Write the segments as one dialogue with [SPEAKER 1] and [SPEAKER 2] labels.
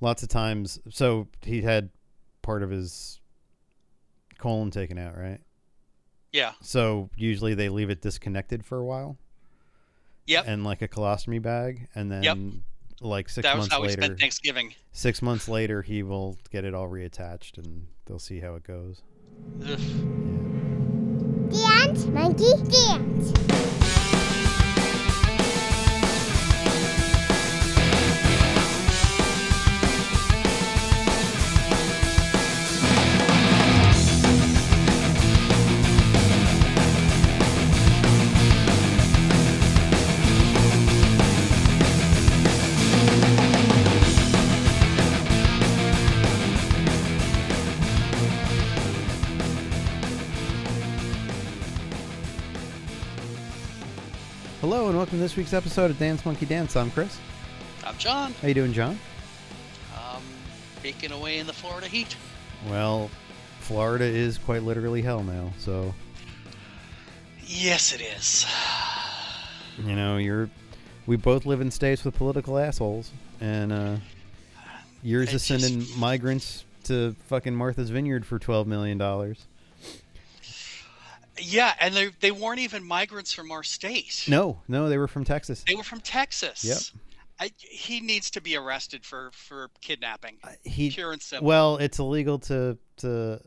[SPEAKER 1] lots of times. So he had part of his colon taken out, right?
[SPEAKER 2] Yeah.
[SPEAKER 1] So usually they leave it disconnected for a while.
[SPEAKER 2] Yep.
[SPEAKER 1] And like a colostomy bag, and then
[SPEAKER 2] Yep.
[SPEAKER 1] like six
[SPEAKER 2] that was
[SPEAKER 1] months
[SPEAKER 2] how we
[SPEAKER 1] later,
[SPEAKER 2] spent Thanksgiving.
[SPEAKER 1] six months later, he will get it all reattached, and they'll see how it goes.
[SPEAKER 2] Ugh.
[SPEAKER 3] Dance, monkey, dance.
[SPEAKER 1] Hello, and welcome to this week's episode of Dance Monkey Dance. I'm Chris.
[SPEAKER 2] I'm John.
[SPEAKER 1] How you doing, John?
[SPEAKER 2] Um, baking away in the Florida heat.
[SPEAKER 1] Well, Florida is quite literally hell now, so
[SPEAKER 2] Yes, it is.
[SPEAKER 1] you know you're. We both live in states with political assholes, and uh, yours
[SPEAKER 2] It
[SPEAKER 1] is sending
[SPEAKER 2] just-
[SPEAKER 1] migrants to fucking Martha's Vineyard for twelve million dollars.
[SPEAKER 2] Yeah, and they they weren't even migrants from our state.
[SPEAKER 1] No, no, they were from Texas.
[SPEAKER 2] They were from Texas.
[SPEAKER 1] Yep.
[SPEAKER 2] I, he needs to be arrested for for kidnapping.
[SPEAKER 1] Uh, He
[SPEAKER 2] Pure and simple.
[SPEAKER 1] Well, it's illegal to to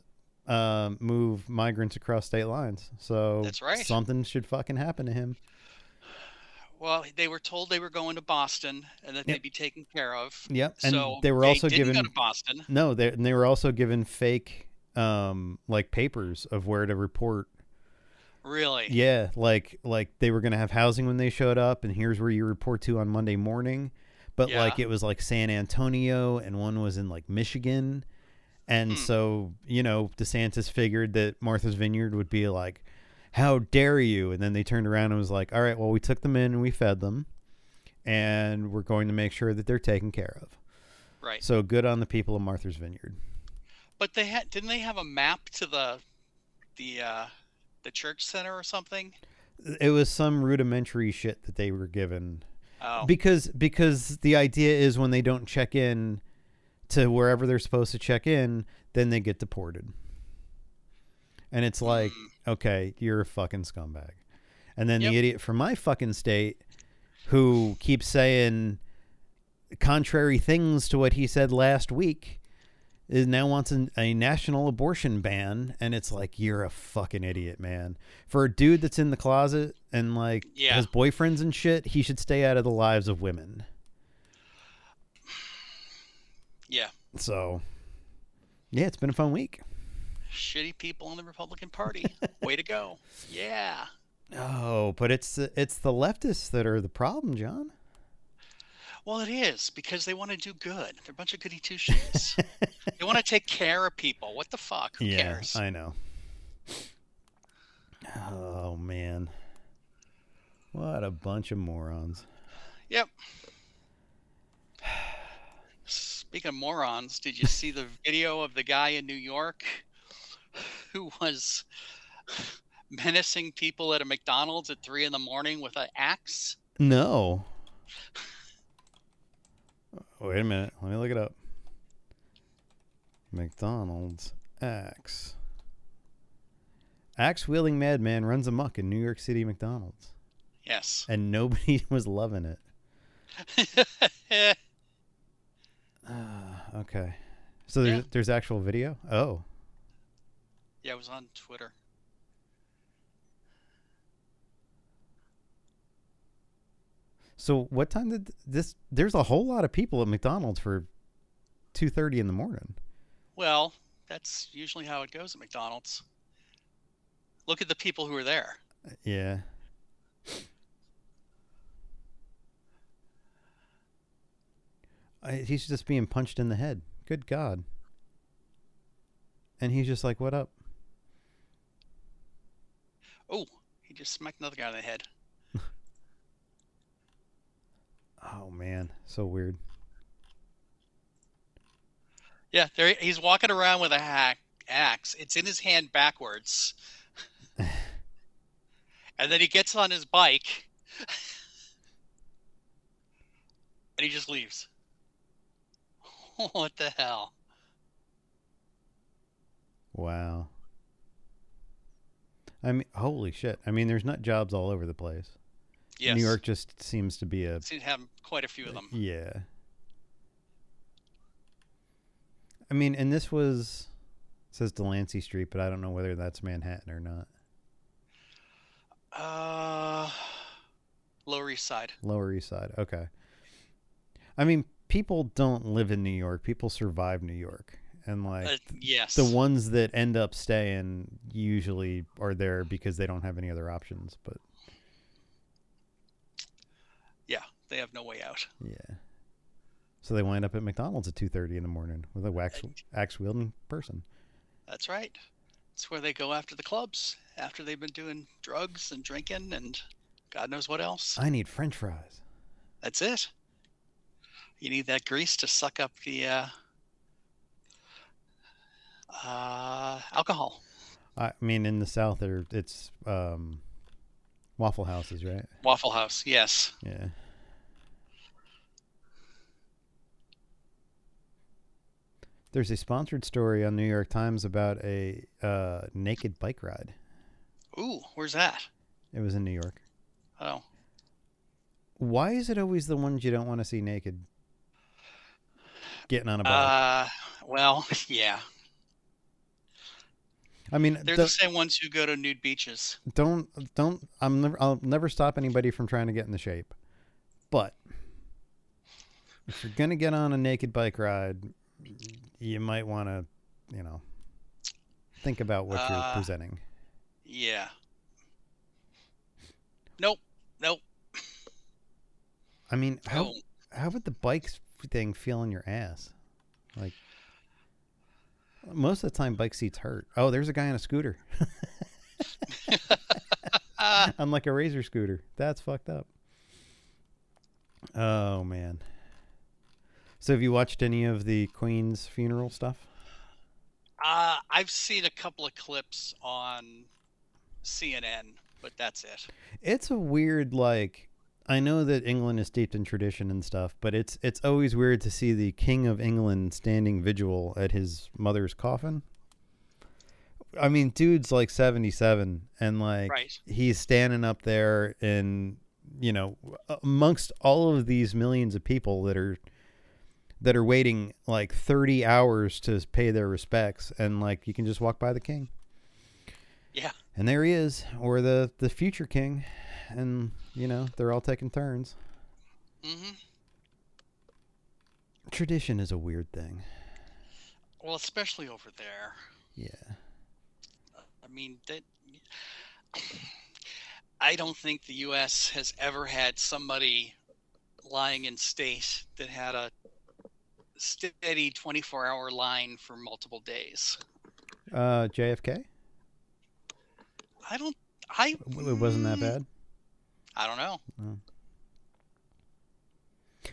[SPEAKER 1] uh, move migrants across state lines. So
[SPEAKER 2] That's right.
[SPEAKER 1] Something should fucking happen to him.
[SPEAKER 2] Well, they were told they were going to Boston and that
[SPEAKER 1] Yep.
[SPEAKER 2] they'd be taken care of.
[SPEAKER 1] Yep. And
[SPEAKER 2] so
[SPEAKER 1] they were also
[SPEAKER 2] didn't
[SPEAKER 1] given
[SPEAKER 2] go to Boston.
[SPEAKER 1] no. They and they were also given fake um like papers of where to report.
[SPEAKER 2] Really?
[SPEAKER 1] Yeah, like like they were gonna have housing when they showed up, and here's where you report to on Monday morning. But
[SPEAKER 2] Yeah.
[SPEAKER 1] like it was like San Antonio, and one was in like Michigan, and
[SPEAKER 2] Hmm.
[SPEAKER 1] so you know DeSantis figured that Martha's Vineyard would be like, "How dare you?" And then they turned around and was like, "All right, well we took them in and we fed them, and we're going to make sure that they're taken care of."
[SPEAKER 2] Right.
[SPEAKER 1] So good on the people of Martha's Vineyard.
[SPEAKER 2] But they had didn't they have a map to the the uh the church center or something?
[SPEAKER 1] It was some rudimentary shit that they were given
[SPEAKER 2] Oh.
[SPEAKER 1] because because the idea is when they don't check in to wherever they're supposed to check in then they get deported and it's like okay you're a fucking scumbag and then
[SPEAKER 2] Yep.
[SPEAKER 1] the idiot from my fucking state who keeps saying contrary things to what he said last week is now wants an, a national abortion ban and it's like you're a fucking idiot man for a dude that's in the closet and like
[SPEAKER 2] Yeah.
[SPEAKER 1] has boyfriends and shit he should stay out of the lives of women
[SPEAKER 2] yeah.
[SPEAKER 1] so yeah it's been a fun week
[SPEAKER 2] Shitty people in the Republican Party. Way to go. Yeah.
[SPEAKER 1] oh but it's the- it's the leftists that are the problem john
[SPEAKER 2] Well, it is because they want to do good. They're a bunch of goody two shoes. they want to take care of people. What the fuck? Who
[SPEAKER 1] yeah
[SPEAKER 2] cares?
[SPEAKER 1] i know oh man what a bunch of morons
[SPEAKER 2] Yep. Speaking of morons, did you see the video of the guy in New York who was menacing people at a McDonald's at three in the morning with an axe?
[SPEAKER 1] No. Oh, Wait a minute. Let me look it up. McDonald's axe. Axe wielding madman runs amok in New York City McDonald's.
[SPEAKER 2] Yes.
[SPEAKER 1] And nobody was loving it. Ah, okay. So there's,
[SPEAKER 2] Yeah.
[SPEAKER 1] there's actual video? Oh.
[SPEAKER 2] Yeah, it was on Twitter.
[SPEAKER 1] So what time did this? There's a whole lot of people at McDonald's for 2.30 in the morning.
[SPEAKER 2] Well, that's usually how it goes at McDonald's. Look at the people who were there.
[SPEAKER 1] Yeah. I, he's just being punched in the head. Good God. And he's just like, what up?
[SPEAKER 2] Oh, he just smacked another guy in the head.
[SPEAKER 1] Oh, man. So weird.
[SPEAKER 2] Yeah, there he's walking around with a hack axe. It's in his hand backwards. and then he gets on his bike and he just leaves. what the hell?
[SPEAKER 1] Wow. I mean, holy shit. I mean, there's nut jobs all over the place.
[SPEAKER 2] Yes.
[SPEAKER 1] New York just seems to be a
[SPEAKER 2] Seem to have quite a few of them.
[SPEAKER 1] Yeah. I mean, and this was it says Delancey Street, but I don't know whether that's Manhattan or not.
[SPEAKER 2] Uh, Lower East Side.
[SPEAKER 1] Lower East Side. Okay. I mean, people don't live in New York. People survive New York. And like
[SPEAKER 2] Uh, yes.
[SPEAKER 1] the ones that end up staying usually are there because they don't have any other options, but
[SPEAKER 2] Yeah, they have no way out.
[SPEAKER 1] yeah. So they wind up at McDonald's at 2:30 in the morning with a wax axe wielding person.
[SPEAKER 2] That's right. It's where they go after the clubs after they've been doing drugs and drinking and God knows what else.
[SPEAKER 1] I need french fries.
[SPEAKER 2] That's it. You need that grease to suck up the uh, uh, alcohol.
[SPEAKER 1] I mean, in the South, there it's um, waffle houses, right?
[SPEAKER 2] Waffle House, yes.
[SPEAKER 1] Yeah. There's a sponsored story on New York Times about a uh, naked bike ride.
[SPEAKER 2] Ooh, where's that?
[SPEAKER 1] It was in New York.
[SPEAKER 2] Oh,
[SPEAKER 1] Why is it always the ones you don't want to see naked? Getting on a bike.
[SPEAKER 2] uh, well, yeah.
[SPEAKER 1] I mean,
[SPEAKER 2] They're
[SPEAKER 1] the-
[SPEAKER 2] the same ones who go to nude beaches.
[SPEAKER 1] don't don't I'm never I'll never stop anybody from trying to get in the shape. But if you're gonna get on a naked bike ride, you might want to, you know, think about what you're
[SPEAKER 2] Uh,
[SPEAKER 1] presenting.
[SPEAKER 2] Yeah. Nope. Nope.
[SPEAKER 1] I mean, how
[SPEAKER 2] Oh,
[SPEAKER 1] how would the bike thing feel in your ass? Like most of the time, bike seats hurt. Oh, there's a guy on a scooter,
[SPEAKER 2] ah,
[SPEAKER 1] on like a razor scooter. That's fucked up. Oh man. So have you watched any of the Queen's funeral stuff?
[SPEAKER 2] uh, I've seen a couple of clips on CNN, but that's it.
[SPEAKER 1] It's a weird like I know that England is steeped in tradition and stuff, but it's it's always weird to see the King of England standing vigil at his mother's coffin. I mean, dude's like 77 and like
[SPEAKER 2] Right.
[SPEAKER 1] he's standing up there and you know amongst all of these millions of people that are that are waiting like 30 hours to pay their respects and like you can just walk by the king
[SPEAKER 2] Yeah.
[SPEAKER 1] and there he is or the the future king and you know they're all taking turns
[SPEAKER 2] hmm
[SPEAKER 1] tradition is a weird thing
[SPEAKER 2] Well, especially over there.
[SPEAKER 1] yeah
[SPEAKER 2] I mean, that. I don't think the U.S. has ever had somebody lying in state that had a steady 24-hour line for multiple days.
[SPEAKER 1] uh jfk
[SPEAKER 2] I don't. I.
[SPEAKER 1] W- it wasn't that
[SPEAKER 2] mm,
[SPEAKER 1] bad
[SPEAKER 2] I don't know.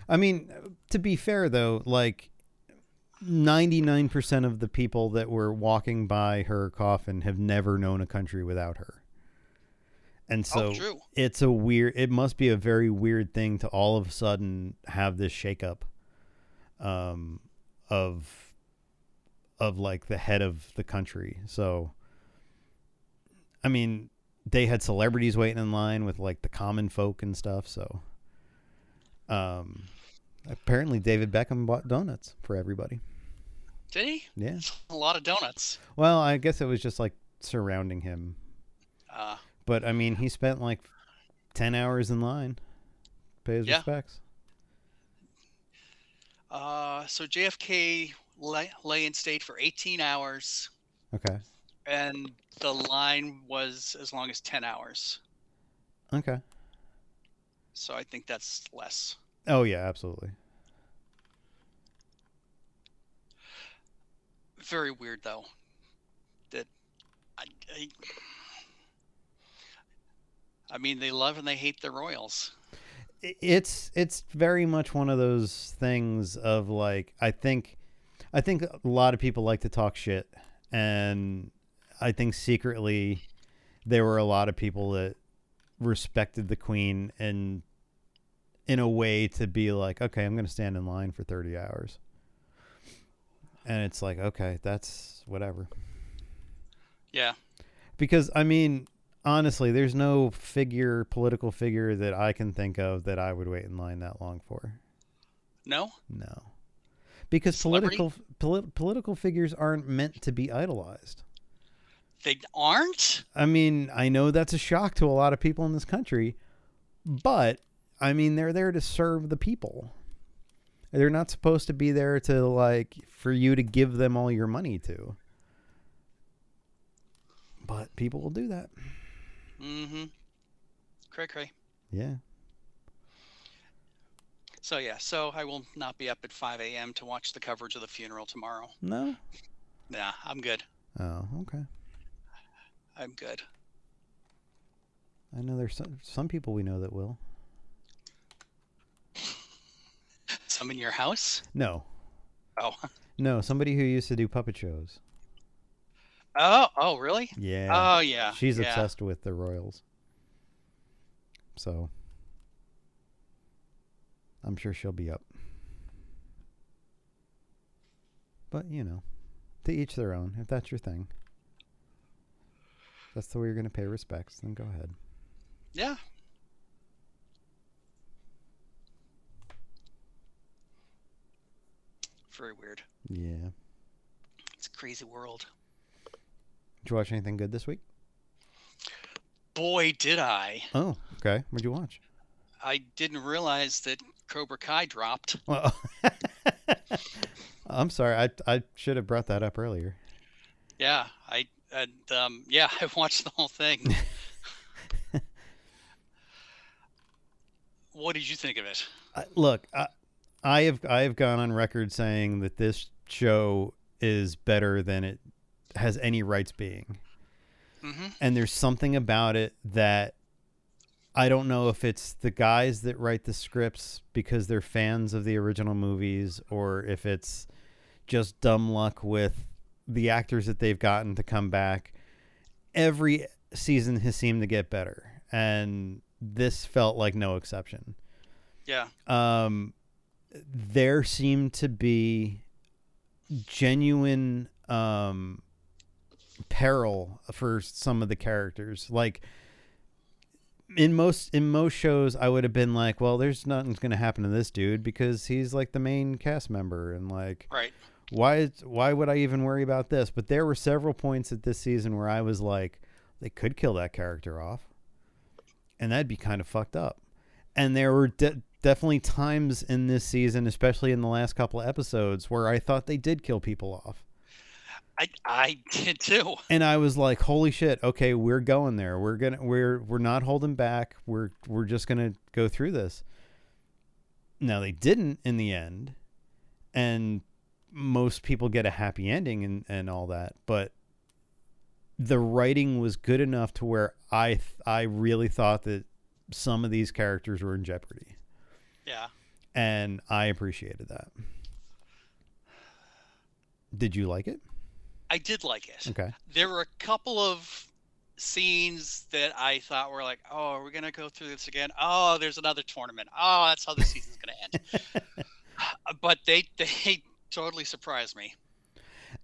[SPEAKER 1] i mean to be fair though like 99% of the people that were walking by her coffin have never known a country without her and so
[SPEAKER 2] oh, true.
[SPEAKER 1] it's a weird it must be a very weird thing to all of a sudden have this shakeup um of of like the head of the country so i mean they had celebrities waiting in line with like the common folk and stuff so um apparently david beckham bought donuts for everybody
[SPEAKER 2] Did he?
[SPEAKER 1] yeah
[SPEAKER 2] A lot of donuts.
[SPEAKER 1] well i guess it was just like surrounding him
[SPEAKER 2] Uh,
[SPEAKER 1] But I mean, he spent like ten hours in line. Pay his
[SPEAKER 2] Yeah.
[SPEAKER 1] respects.
[SPEAKER 2] uh, so JFK lay, lay in state for 18 hours,
[SPEAKER 1] Okay.
[SPEAKER 2] and the line was as long as 10 hours.
[SPEAKER 1] Okay.
[SPEAKER 2] So I think that's less.
[SPEAKER 1] Oh yeah, absolutely.
[SPEAKER 2] Very weird though. That I, I, I mean, they love and they hate the royals.
[SPEAKER 1] I- It's it's very much one of those things of like I think I think a lot of people like to talk shit, and I think secretly there were a lot of people that respected the queen and in a way to be like, okay, I'm going to stand in line for 30 hours. and it's like okay, that's whatever.
[SPEAKER 2] Yeah.
[SPEAKER 1] Because I mean, honestly, there's no figure, political figure that I can think of that I would wait in line that long for.
[SPEAKER 2] No.
[SPEAKER 1] No. Because
[SPEAKER 2] Celebrity?
[SPEAKER 1] political poli- political figures aren't meant to be idolized.
[SPEAKER 2] They aren't.
[SPEAKER 1] I mean, I know that's a shock to a lot of people in this country, but I mean, they're there to serve the people. They're not supposed to be there to like for you to give them all your money to. But people will do that.
[SPEAKER 2] Mm-hmm. Cray cray.
[SPEAKER 1] Yeah.
[SPEAKER 2] So yeah. So I will not be up at 5 a.m. to watch the coverage of the funeral tomorrow.
[SPEAKER 1] No.
[SPEAKER 2] Nah, I'm good.
[SPEAKER 1] Oh, okay.
[SPEAKER 2] I'm good.
[SPEAKER 1] I know there's some, some people we know that will.
[SPEAKER 2] Some in your house?
[SPEAKER 1] No.
[SPEAKER 2] Oh.
[SPEAKER 1] No, somebody who used to do puppet shows.
[SPEAKER 2] Oh. Oh, really?
[SPEAKER 1] Yeah.
[SPEAKER 2] Oh yeah.
[SPEAKER 1] She's
[SPEAKER 2] yeah.
[SPEAKER 1] obsessed with the Royals. So I'm sure she'll be up. But you know, to each their own. If that's your thing, that's the way you're going to pay respects. Then go ahead.
[SPEAKER 2] Yeah. Very weird.
[SPEAKER 1] Yeah.
[SPEAKER 2] It's a crazy world.
[SPEAKER 1] Did you watch anything good this week?
[SPEAKER 2] Boy, did I.
[SPEAKER 1] Oh, okay. What'd you watch?
[SPEAKER 2] I didn't realize that Cobra Kai dropped.
[SPEAKER 1] Well, I'm sorry. I I should have brought that up earlier.
[SPEAKER 2] Yeah, I and um, yeah, I watched the whole thing. What did you think of it?
[SPEAKER 1] I- Uh, look, I, I have I have gone on record saying that this show is better than it has any rights being,
[SPEAKER 2] Mm-hmm.
[SPEAKER 1] and there's something about it that I don't know if it's the guys that write the scripts because they're fans of the original movies, or if it's just dumb luck with the actors that they've gotten to come back. Every season has seemed to get better, and this felt like no exception
[SPEAKER 2] Yeah.
[SPEAKER 1] um, there seemed to be genuine um, peril for some of the characters. Like in most in most shows, I would have been like, "Well, there's nothing's gonna happen to this dude because he's like the main cast member," and like,
[SPEAKER 2] Right.
[SPEAKER 1] why is- why would I even worry about this? But there were several points at this season where I was like, they could kill that character off, and that'd be kind of fucked up. And there were de- definitely times in this season, especially in the last couple of episodes, where I thought they did kill people off,
[SPEAKER 2] I I did too.
[SPEAKER 1] and I was like, holy shit, okay, we're going there. We're gonna we're we're not holding back. We're we're just gonna go through this. Now they didn't in the end, and most people get a happy ending and, and all that, but the writing was good enough to where I th- I really thought that some of these characters were in jeopardy,
[SPEAKER 2] Yeah.
[SPEAKER 1] and I appreciated that. Did you like it?
[SPEAKER 2] I did like it.
[SPEAKER 1] Okay.
[SPEAKER 2] There were a couple of scenes that I thought were like, "Oh, are we gonna go through this again? Oh, there's another tournament. Oh, that's how the season's gonna end." Uh, but they they totally surprised me.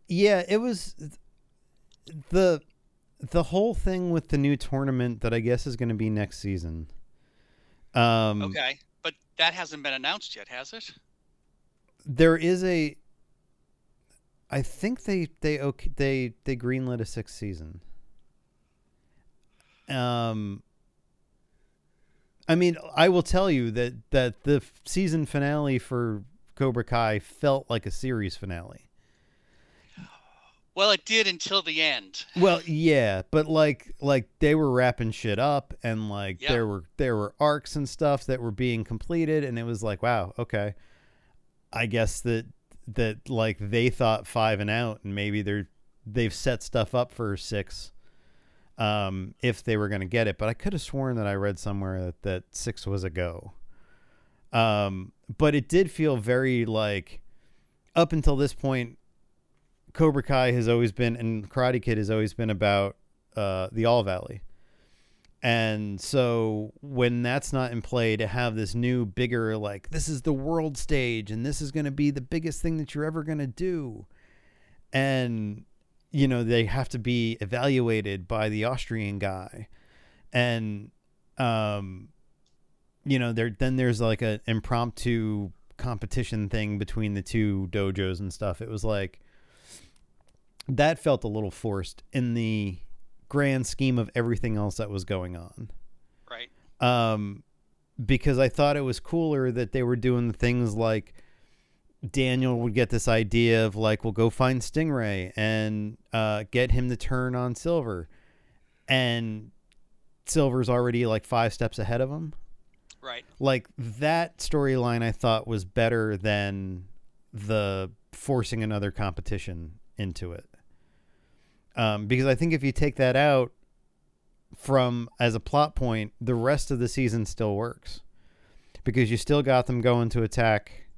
[SPEAKER 1] Yeah, it was the the whole thing with the new tournament that I guess is going to be next season. Um,
[SPEAKER 2] Okay, but that hasn't been announced yet, has it?
[SPEAKER 1] There is a. I think they they okay, they they greenlit a sixth season. Um. I mean, I will tell you that that the f- season finale for Cobra Kai felt like a series finale.
[SPEAKER 2] Well, it did until the end.
[SPEAKER 1] Well, yeah, but like like they were wrapping shit up and like
[SPEAKER 2] Yeah.
[SPEAKER 1] there were there were arcs and stuff that were being completed and it was like, wow, okay. I guess that that like they thought 5 and out and maybe they're they've set stuff up for 6 um if they were going to get it, but I could have sworn that I read somewhere that, that 6 was a go. Um but it did feel very like up until this point Cobra Kai has always been and Karate Kid has always been about uh, the All Valley. And so when that's not in play to have this new bigger like this is the world stage and this is going to be the biggest thing that you're ever going to do and you know they have to be evaluated by the Austrian guy, and um, you know there then there's like an impromptu competition thing between the two dojos and stuff. It was like that felt a little forced in the grand scheme of everything else that was going on.
[SPEAKER 2] right?
[SPEAKER 1] Um, because I thought it was cooler that they were doing things like Daniel would get this idea of like, we'll go find Stingray and uh, get him to turn on Silver, and Silver's already like five steps ahead of him.
[SPEAKER 2] Right.
[SPEAKER 1] Like that storyline, I thought was better than the forcing another competition into it. Um, because I think if you take that out from as a plot point, the rest of the season still works because you still got them going to attack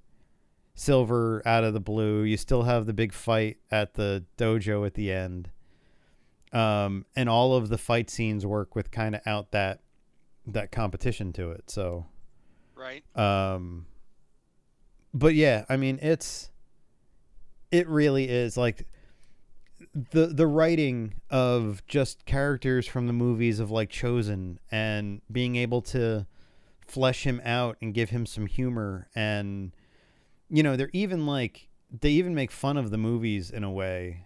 [SPEAKER 1] Silver out of the blue. You still have the big fight at the dojo at the end. Um, and all of the fight scenes work with kind of out that that competition to it. So,
[SPEAKER 2] Right.
[SPEAKER 1] um, but yeah, I mean, it's it really is like the the writing of just characters from the movies of like Chosen and being able to flesh him out and give him some humor and you know they're even like they even make fun of the movies in a way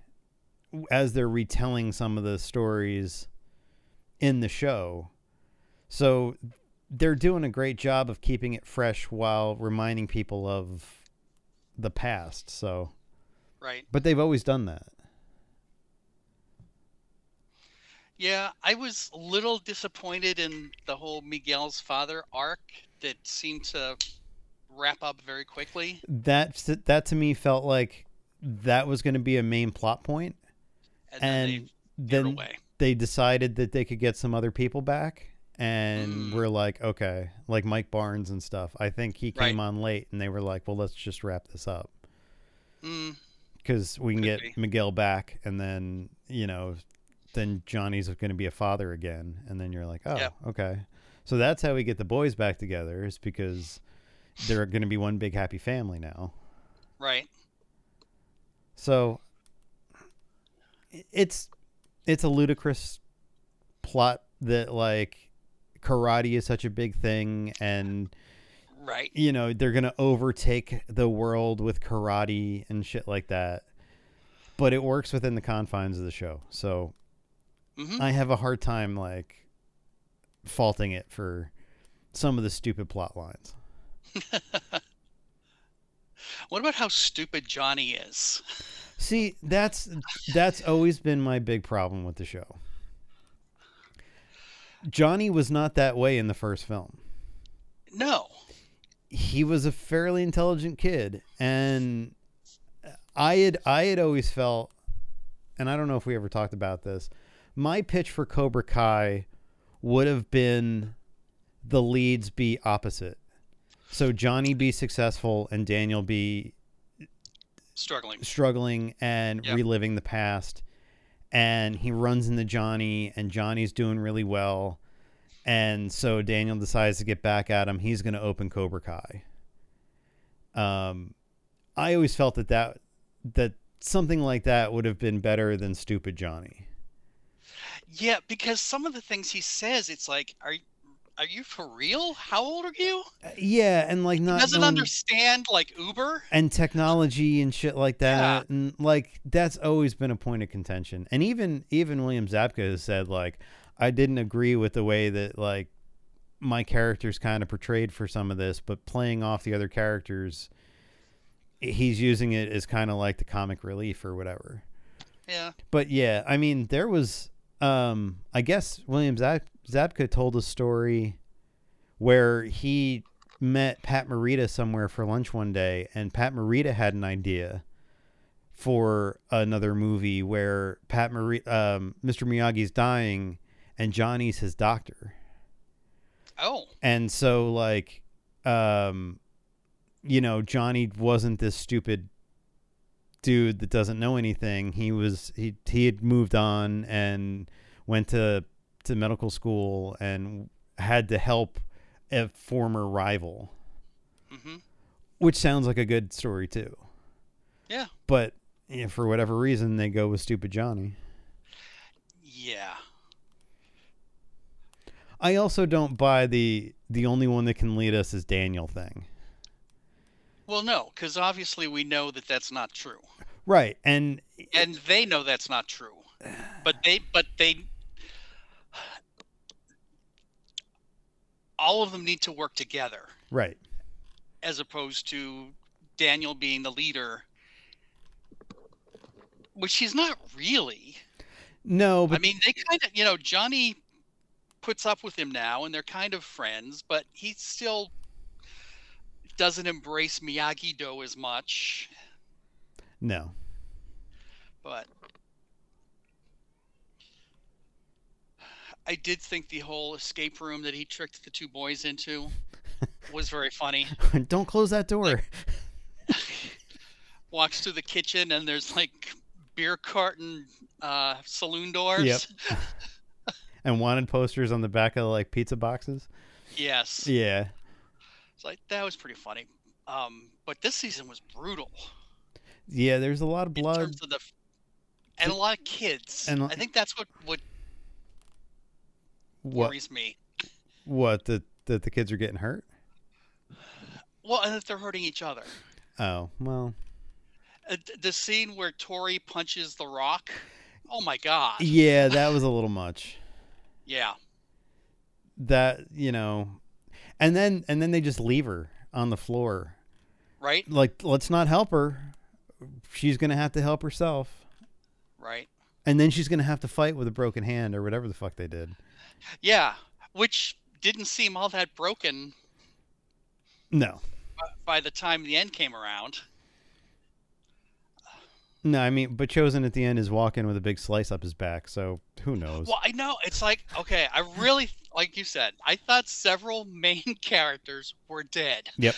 [SPEAKER 1] as they're retelling some of the stories in the show. So they're doing a great job of keeping it fresh while reminding people of the past. So,
[SPEAKER 2] Right.
[SPEAKER 1] but they've always done that.
[SPEAKER 2] Yeah, I was a little disappointed in the whole Miguel's father arc that seemed to wrap up very quickly.
[SPEAKER 1] That that to me felt like that was going to be a main plot point,
[SPEAKER 2] And, then they
[SPEAKER 1] and
[SPEAKER 2] veered
[SPEAKER 1] then
[SPEAKER 2] away.
[SPEAKER 1] they decided that they could get some other people back, and
[SPEAKER 2] Mm.
[SPEAKER 1] we're like, okay, like Mike Barnes and stuff. I think he came on late, and they were like, well, let's just wrap this up
[SPEAKER 2] Mm,
[SPEAKER 1] because we can
[SPEAKER 2] Could
[SPEAKER 1] get
[SPEAKER 2] be.
[SPEAKER 1] Miguel back, and then you know, then Johnny's going to be a father again, and then you're like, oh,
[SPEAKER 2] Yep.
[SPEAKER 1] okay. So that's how we get the boys back together is because they're going to be one big happy family now.
[SPEAKER 2] right.
[SPEAKER 1] So i- it's it's a ludicrous plot that like karate is such a big thing and
[SPEAKER 2] Right.
[SPEAKER 1] you know they're gonna overtake the world with karate and shit like that but it works within the confines of the show so
[SPEAKER 2] hmm
[SPEAKER 1] i have a hard time like faulting it for some of the stupid plot lines
[SPEAKER 2] What about how stupid Johnny is?
[SPEAKER 1] see that's that's always been my big problem with the show johnny was not that way in the first film
[SPEAKER 2] No.
[SPEAKER 1] he was a fairly intelligent kid and i had i had always felt and i don't know if we ever talked about this my pitch for cobra kai would have been the leads be opposite so johnny be successful and daniel be
[SPEAKER 2] Struggling.
[SPEAKER 1] struggling and
[SPEAKER 2] Yeah.
[SPEAKER 1] reliving the past and he runs into johnny and johnny's doing really well and so daniel decides to get back at him he's going to open cobra kai um, i always felt that that that something like that would have been better than stupid johnny
[SPEAKER 2] Yeah, because some of the things he says, it's like, are y- are you for real? How old are you?
[SPEAKER 1] Uh, yeah and like not
[SPEAKER 2] Doesn't
[SPEAKER 1] knowing-
[SPEAKER 2] understand like Uber.
[SPEAKER 1] and technology and shit like that and like that's always been a point of contention and even even william zabka has said like i didn't agree with the way that like my character's kind of portrayed for some of this but playing off the other characters he's using it as kind of like the comic relief or whatever
[SPEAKER 2] Yeah.
[SPEAKER 1] but yeah, I mean, there was, um, I guess William Zap- Zapka told a story where he met Pat Morita somewhere for lunch one day, and Pat Morita had an idea for another movie where Pat Morita, um, Mr. Miyagi's dying, and Johnny's his doctor
[SPEAKER 2] Oh.
[SPEAKER 1] and so like um you know johnny wasn't this stupid dude that doesn't know anything he was he he had moved on and went to to medical school and had to help a former rival
[SPEAKER 2] hmm
[SPEAKER 1] which sounds like a good story too
[SPEAKER 2] Yeah.
[SPEAKER 1] but yeah, for whatever reason, they go with Stupid Johnny.
[SPEAKER 2] Yeah.
[SPEAKER 1] I also don't buy the the only one that can lead us is Daniel thing.
[SPEAKER 2] Well, no, because obviously we know that that's not true,
[SPEAKER 1] Right. And
[SPEAKER 2] and they know that's not true. But they, but they, all of them need to work together,
[SPEAKER 1] right.
[SPEAKER 2] as opposed to Daniel being the leader, which he's not really.
[SPEAKER 1] No, but
[SPEAKER 2] I mean, they kind of, you know, Johnny puts up with him now, and they're kind of friends, but he still doesn't embrace Miyagi Do as much.
[SPEAKER 1] no.
[SPEAKER 2] But I did think the whole escape room that he tricked the two boys into was very funny.
[SPEAKER 1] don't close that door.
[SPEAKER 2] Walks through the kitchen, and there's like beer carton uh, saloon doors.
[SPEAKER 1] and wanted posters on the back of like pizza boxes.
[SPEAKER 2] Yes.
[SPEAKER 1] Yeah.
[SPEAKER 2] It's like that was pretty funny. Um, but this season was brutal
[SPEAKER 1] Yeah, there's a lot of
[SPEAKER 2] in
[SPEAKER 1] blood.
[SPEAKER 2] terms of the and a lot of kids.
[SPEAKER 1] And-
[SPEAKER 2] I think that's what what
[SPEAKER 1] What
[SPEAKER 2] worries me.
[SPEAKER 1] what that that the kids are getting hurt?
[SPEAKER 2] Well, and that they're hurting each other.
[SPEAKER 1] Oh, well.
[SPEAKER 2] Uh, th- the scene where Tori punches the rock. Oh my god.
[SPEAKER 1] Yeah, that was a little much.
[SPEAKER 2] Yeah.
[SPEAKER 1] That, you know. And then and then they just leave her on the floor.
[SPEAKER 2] Right.
[SPEAKER 1] Like let's not help her. She's going to have to help herself.
[SPEAKER 2] Right.
[SPEAKER 1] And then she's going to have to fight with a broken hand or whatever the fuck they did.
[SPEAKER 2] Yeah. Which didn't seem all that broken
[SPEAKER 1] No.
[SPEAKER 2] by the time the end came around.
[SPEAKER 1] No, I mean, but Chosen at the end is walking with a big slice up his back, so who knows?
[SPEAKER 2] Well, I know. It's like, okay, I really, like you said, I thought several main characters were dead.
[SPEAKER 1] Yep.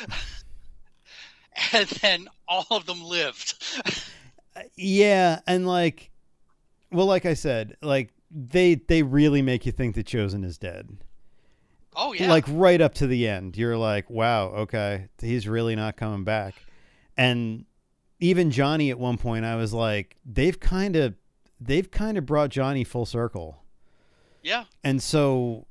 [SPEAKER 2] and then all of them lived.
[SPEAKER 1] Yeah, and like, well, like I said, like they they really make you think that Chosen is dead.
[SPEAKER 2] Oh yeah,
[SPEAKER 1] Like right up to the end, you're like, wow, okay, he's really not coming back. And even Johnny at one point, I was like, they've kind of they've kind of brought Johnny full circle,
[SPEAKER 2] yeah,
[SPEAKER 1] and so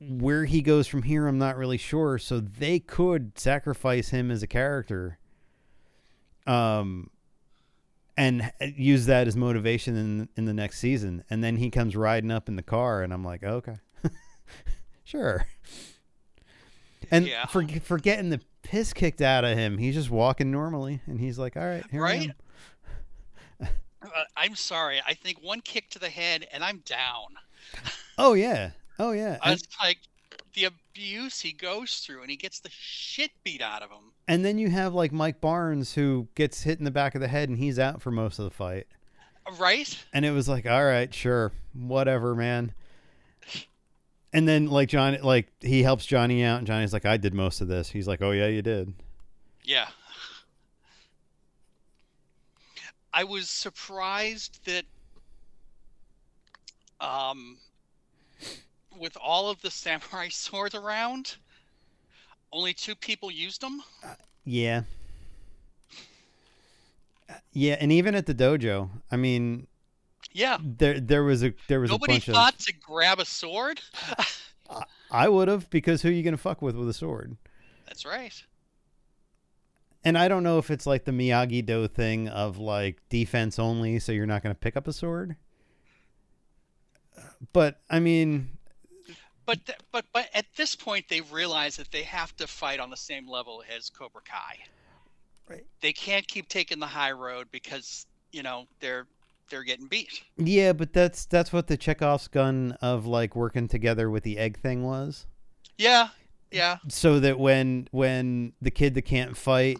[SPEAKER 1] where he goes from here, I'm not really sure. So they could sacrifice him as a character. um, and h- use that as motivation in in the next season. And then he comes riding up in the car, and I'm like, okay, sure. And
[SPEAKER 2] Yeah.
[SPEAKER 1] for, for getting the piss kicked out of him, he's just walking normally, and he's like, all right, here I
[SPEAKER 2] Right?
[SPEAKER 1] am."
[SPEAKER 2] Uh, I'm sorry. I think one kick to the head and I'm down.
[SPEAKER 1] Oh yeah, oh yeah.
[SPEAKER 2] I
[SPEAKER 1] And,
[SPEAKER 2] was like, the abuse he goes through and he gets the shit beat out of him.
[SPEAKER 1] and then you have like Mike Barnes who gets hit in the back of the head, and he's out for most of the fight.
[SPEAKER 2] Right?
[SPEAKER 1] And it was like, all right, sure, whatever, man. And then like John, like he helps Johnny out, and Johnny's like, I did most of this. He's like, oh yeah, you did.
[SPEAKER 2] Yeah. I was surprised that, um, with all of the samurai swords around, only two people used them.
[SPEAKER 1] Yeah. Yeah, and even at the dojo, I mean,
[SPEAKER 2] Yeah.
[SPEAKER 1] there there was a there was a
[SPEAKER 2] Nobody
[SPEAKER 1] bunch
[SPEAKER 2] thought to grab a sword.
[SPEAKER 1] of I would have because who you gonna fuck with with a sword?
[SPEAKER 2] That's right.
[SPEAKER 1] And I don't know if it's like the Miyagi Do thing of like defense only, so you're not gonna pick up a sword. But I mean,
[SPEAKER 2] But th- but but at this point, they realize that they have to fight on the same level as Cobra Kai.
[SPEAKER 1] Right.
[SPEAKER 2] They can't keep taking the high road because you know they're they're getting beat.
[SPEAKER 1] Yeah, but that's that's what the Chekhov's gun of like working together with the egg thing was.
[SPEAKER 2] Yeah, yeah,
[SPEAKER 1] So that when when the kid that can't fight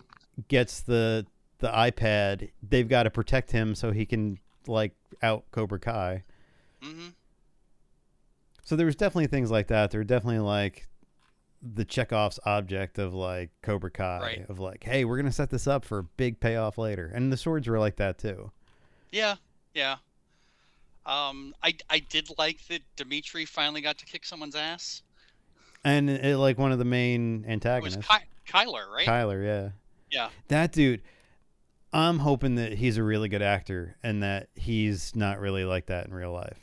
[SPEAKER 1] gets the the iPad, they've got to protect him so he can like out Cobra Kai.
[SPEAKER 2] hmm
[SPEAKER 1] So there was definitely things like that. There were definitely like the Chekhov's object of like Cobra Kai
[SPEAKER 2] Right.
[SPEAKER 1] of like, hey, we're gonna set this up for a big payoff later. And the swords were like that too.
[SPEAKER 2] yeah, yeah. Um, I I did like that Dimitri finally got to kick someone's ass.
[SPEAKER 1] And it like one of the main
[SPEAKER 2] It was
[SPEAKER 1] antagonists.
[SPEAKER 2] Ky- Kyler, right?
[SPEAKER 1] Kyler, yeah.
[SPEAKER 2] Yeah.
[SPEAKER 1] That dude, I'm hoping that he's a really good actor and that he's not really like that in real life.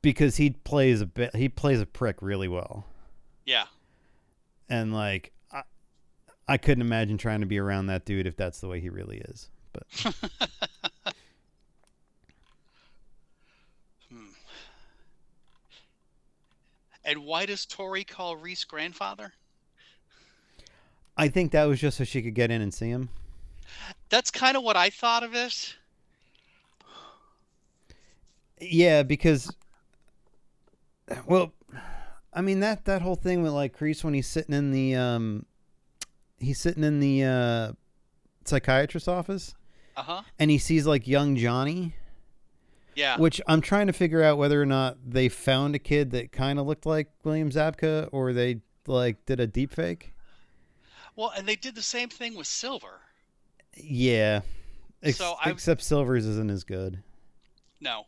[SPEAKER 1] Because he plays a bit, he plays a prick really well,
[SPEAKER 2] Yeah.
[SPEAKER 1] and like I, I couldn't imagine trying to be around that dude if that's the way he really is. But
[SPEAKER 2] Hmm. And why does Tori call Reese grandfather?
[SPEAKER 1] I think that was just so she could get in and see him.
[SPEAKER 2] That's kind of what I thought of it.
[SPEAKER 1] Yeah, because well, I mean that that whole thing with like Crease when he's sitting in the um he's sitting in the uh psychiatrist's office
[SPEAKER 2] Uh huh.
[SPEAKER 1] and he sees like young Johnny,
[SPEAKER 2] Yeah.
[SPEAKER 1] which I'm trying to figure out whether or not they found a kid that kind of looked like William Zabka or they like did a deep fake.
[SPEAKER 2] Well, and they did the same thing with Silver.
[SPEAKER 1] Yeah. Ex-
[SPEAKER 2] So I-
[SPEAKER 1] except Silvers isn't as good.
[SPEAKER 2] No,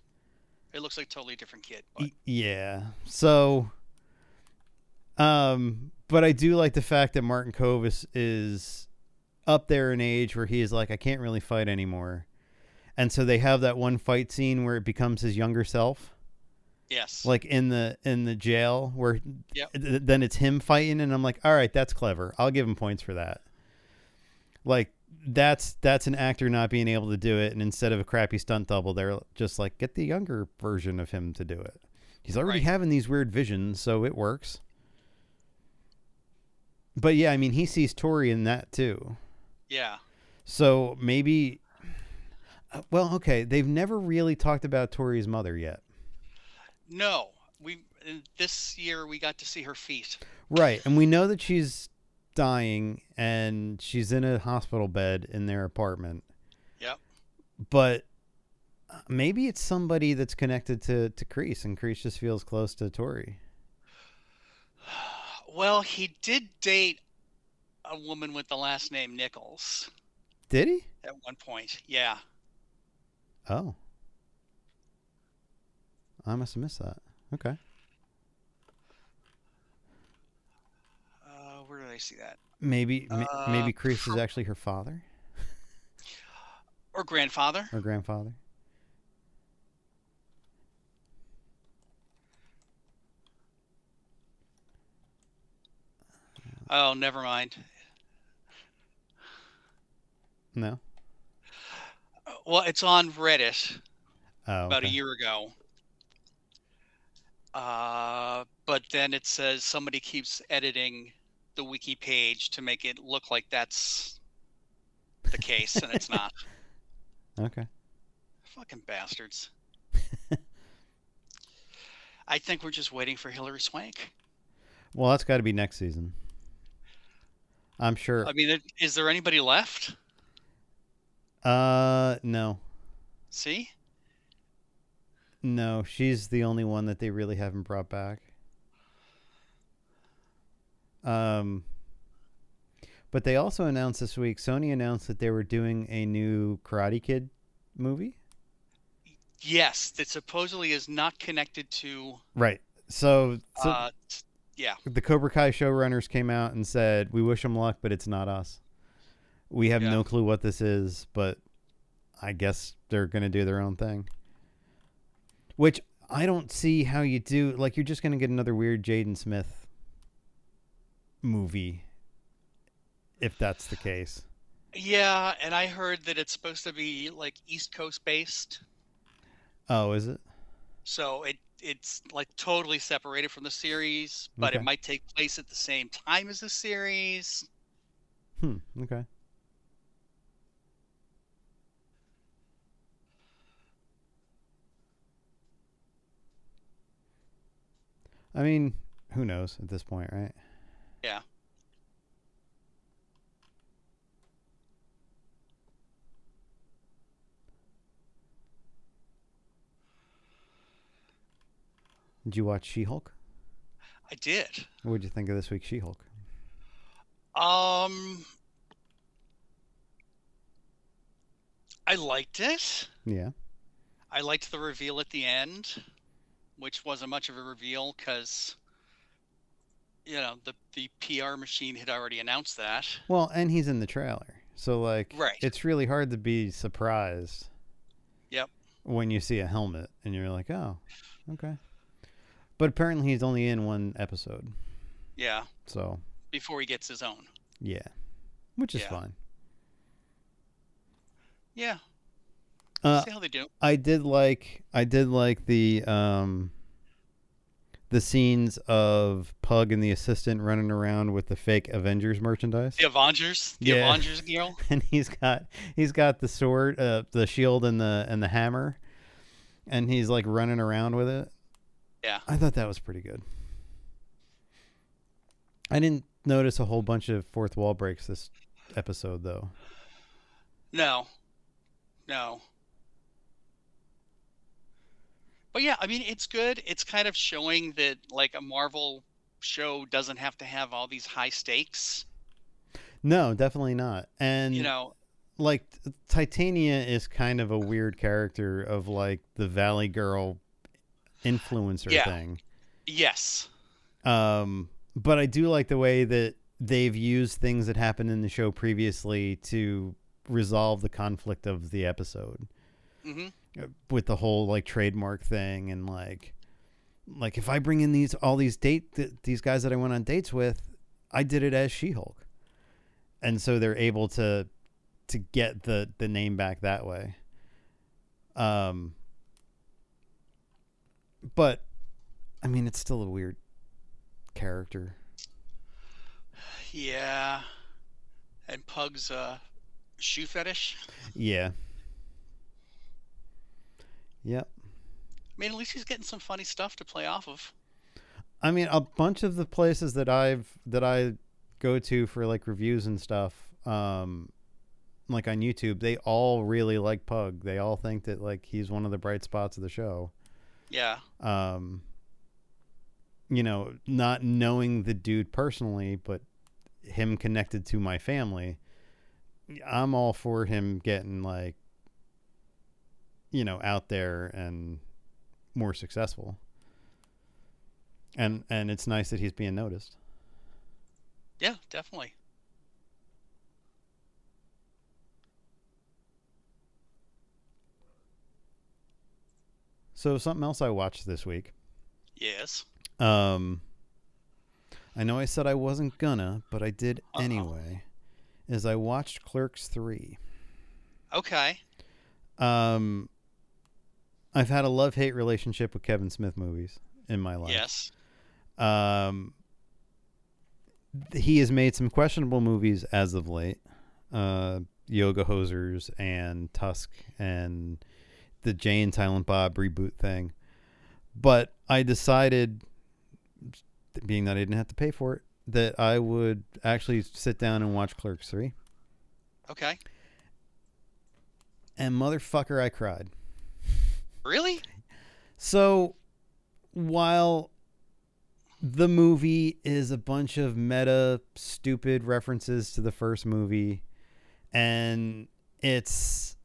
[SPEAKER 2] it looks like a totally different kid. But
[SPEAKER 1] Y- Yeah. So, um, but I do like the fact that Martin Cove is, is up there in age where he is like, I can't really fight anymore. And so they have that one fight scene where it becomes his younger self,
[SPEAKER 2] yes.
[SPEAKER 1] like in the in the jail, where
[SPEAKER 2] Yep.
[SPEAKER 1] th- th- then it's him fighting, and I'm like, all right, that's clever. I'll give him points for that. Like that's that's an actor not being able to do it, and instead of a crappy stunt double, they're just like, get the younger version of him to do it. He's already
[SPEAKER 2] Right.
[SPEAKER 1] having these weird visions, so it works. But yeah, I mean, he sees Tori in that too.
[SPEAKER 2] yeah.
[SPEAKER 1] So maybe, uh, well, okay, they've never really talked about Tori's mother yet.
[SPEAKER 2] No, we in- this year we got to see her feet.
[SPEAKER 1] Right, and we know that she's dying and she's in a hospital bed in their apartment.
[SPEAKER 2] Yep.
[SPEAKER 1] But uh, maybe it's somebody that's connected to to Crease, and Crease just feels close to Tori.
[SPEAKER 2] Well, he did date a woman with the last name Nichols
[SPEAKER 1] Did he?
[SPEAKER 2] at one point. Yeah.
[SPEAKER 1] Oh, I must have missed that. Okay.
[SPEAKER 2] Uh, where did I see that?
[SPEAKER 1] Maybe ma-
[SPEAKER 2] Uh,
[SPEAKER 1] maybe Crease is actually her father
[SPEAKER 2] Or grandfather?
[SPEAKER 1] or grandfather.
[SPEAKER 2] Oh, never mind.
[SPEAKER 1] No.
[SPEAKER 2] Uh, Well, it's on Reddit
[SPEAKER 1] Oh,
[SPEAKER 2] about a
[SPEAKER 1] okay.
[SPEAKER 2] year ago. Uh, but then it says somebody keeps editing the wiki page to make it look like that's the case, and it's not.
[SPEAKER 1] Okay.
[SPEAKER 2] Fucking bastards. I think we're just waiting for Hillary Swank.
[SPEAKER 1] Well, that's got to be next season. I'm sure.
[SPEAKER 2] I mean, it- is there anybody left?
[SPEAKER 1] Uh, no.
[SPEAKER 2] See?
[SPEAKER 1] No, she's the only one that they really haven't brought back. Um, but they also announced this week. Sony announced that they were doing a new Karate Kid movie.
[SPEAKER 2] Yes, that supposedly is not connected to.
[SPEAKER 1] Right. So, so
[SPEAKER 2] Uh, t- yeah,
[SPEAKER 1] the Cobra Kai showrunners came out and said, "We wish them luck, but it's not us. We have
[SPEAKER 2] Yeah.
[SPEAKER 1] no clue what this is, but I guess they're going to do their own thing." Which I don't see how you do. Like you're just going to get another weird Jaden Smith movie if that's the case.
[SPEAKER 2] yeah, and I heard that it's supposed to be like East Coast based,
[SPEAKER 1] Oh, is it?
[SPEAKER 2] so it it's like totally separated from the series, but it
[SPEAKER 1] Okay.
[SPEAKER 2] might take place at the same time as the series.
[SPEAKER 1] Hmm. Okay. I mean, who knows at this point, right?
[SPEAKER 2] Yeah.
[SPEAKER 1] Did you watch She Hulk?
[SPEAKER 2] I did.
[SPEAKER 1] What'd you think of this week's She Hulk?
[SPEAKER 2] Um, I liked it.
[SPEAKER 1] Yeah.
[SPEAKER 2] I liked the reveal at the end, which wasn't much of a reveal because, you know, the the PR machine had already announced that.
[SPEAKER 1] Well, and he's in the trailer. So like
[SPEAKER 2] Right.
[SPEAKER 1] it's really hard to be surprised.
[SPEAKER 2] Yep.
[SPEAKER 1] When you see a helmet and you're like, "Oh, okay." But apparently he's only in one episode.
[SPEAKER 2] Yeah,
[SPEAKER 1] So,
[SPEAKER 2] before he gets his own.
[SPEAKER 1] yeah. Which is
[SPEAKER 2] Yeah.
[SPEAKER 1] fine.
[SPEAKER 2] Yeah,
[SPEAKER 1] Uh,
[SPEAKER 2] see how they do.
[SPEAKER 1] I did like I did like the um the scenes of Pug and the assistant running around with the fake Avengers merchandise.
[SPEAKER 2] The Avengers, the
[SPEAKER 1] Yeah.
[SPEAKER 2] Avengers girl.
[SPEAKER 1] and he's got he's got the sword, uh, the shield, and the and the hammer, and he's like running around with it.
[SPEAKER 2] Yeah.
[SPEAKER 1] I thought that was pretty good. I didn't notice a whole bunch of fourth wall breaks this episode though.
[SPEAKER 2] No, no. But yeah, I mean, it's good. It's kind of showing that like a Marvel show doesn't have to have all these high stakes.
[SPEAKER 1] No, definitely not. And
[SPEAKER 2] You know,
[SPEAKER 1] like T- Titania is kind of a weird character of like the Valley Girl influencer
[SPEAKER 2] Yeah.
[SPEAKER 1] thing.
[SPEAKER 2] yes,
[SPEAKER 1] Um, but I do like the way that they've used things that happened in the show previously to resolve the conflict of the episode
[SPEAKER 2] hmm
[SPEAKER 1] Uh, with the whole like trademark thing and like like if I bring in these all these date th- these guys that I went on dates with, I did it as She-Hulk. And so they're able to to get the the name back that way. Um but I mean it's still a weird character.
[SPEAKER 2] yeah. And Pug's uh, shoe fetish.
[SPEAKER 1] Yeah. Yep.
[SPEAKER 2] I mean, at least he's getting some funny stuff to play off of.
[SPEAKER 1] I mean, a bunch of the places that I've that I go to for like reviews and stuff, um, like on YouTube, they all really like Pug. They all think that like he's one of the bright spots of the show.
[SPEAKER 2] Yeah,
[SPEAKER 1] Um, you know, not knowing the dude personally, but him connected to my family, I'm all for him getting like, you know, out there and more successful. And and it's nice that he's being noticed.
[SPEAKER 2] yeah, definitely.
[SPEAKER 1] So something else I watched this week.
[SPEAKER 2] Yes.
[SPEAKER 1] Um, I know I said I wasn't gonna, but I did
[SPEAKER 2] Uh-oh.
[SPEAKER 1] anyway. Is I watched Clerks three.
[SPEAKER 2] Okay.
[SPEAKER 1] Um, I've had a love hate relationship with Kevin Smith movies in my life.
[SPEAKER 2] Yes.
[SPEAKER 1] Um, th- he has made some questionable movies as of late. Uh, Yoga Hosers and Tusk and the Jay and Silent Bob reboot thing. But I decided, being that I didn't have to pay for it, that I would actually sit down and watch Clerks 3.
[SPEAKER 2] Okay.
[SPEAKER 1] And motherfucker, I cried.
[SPEAKER 2] Really?
[SPEAKER 1] So while the movie is a bunch of meta stupid references to the first movie and it's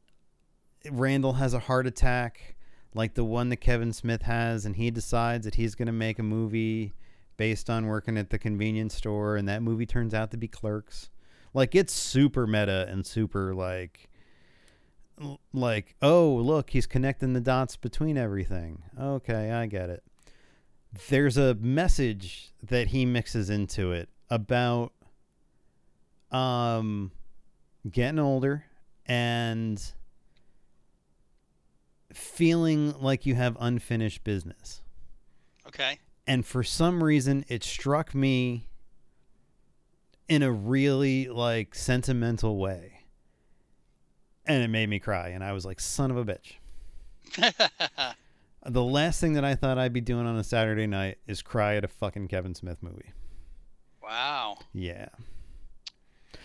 [SPEAKER 1] Randall has a heart attack like the one that Kevin Smith has and he decides that he's going to make a movie based on working at the convenience store and that movie turns out to be Clerks. Like it's super meta and super like l- like, oh, look, he's connecting the dots between everything. Okay, I get it. There's a message that he mixes into it about um getting older and feeling like you have unfinished business.
[SPEAKER 2] Okay.
[SPEAKER 1] And for some reason it struck me in a really like sentimental way. And it made me cry and I was like son of a bitch the last thing that I thought I'd be doing on a Saturday night is cry at a fucking Kevin Smith movie.
[SPEAKER 2] wow.
[SPEAKER 1] Yeah.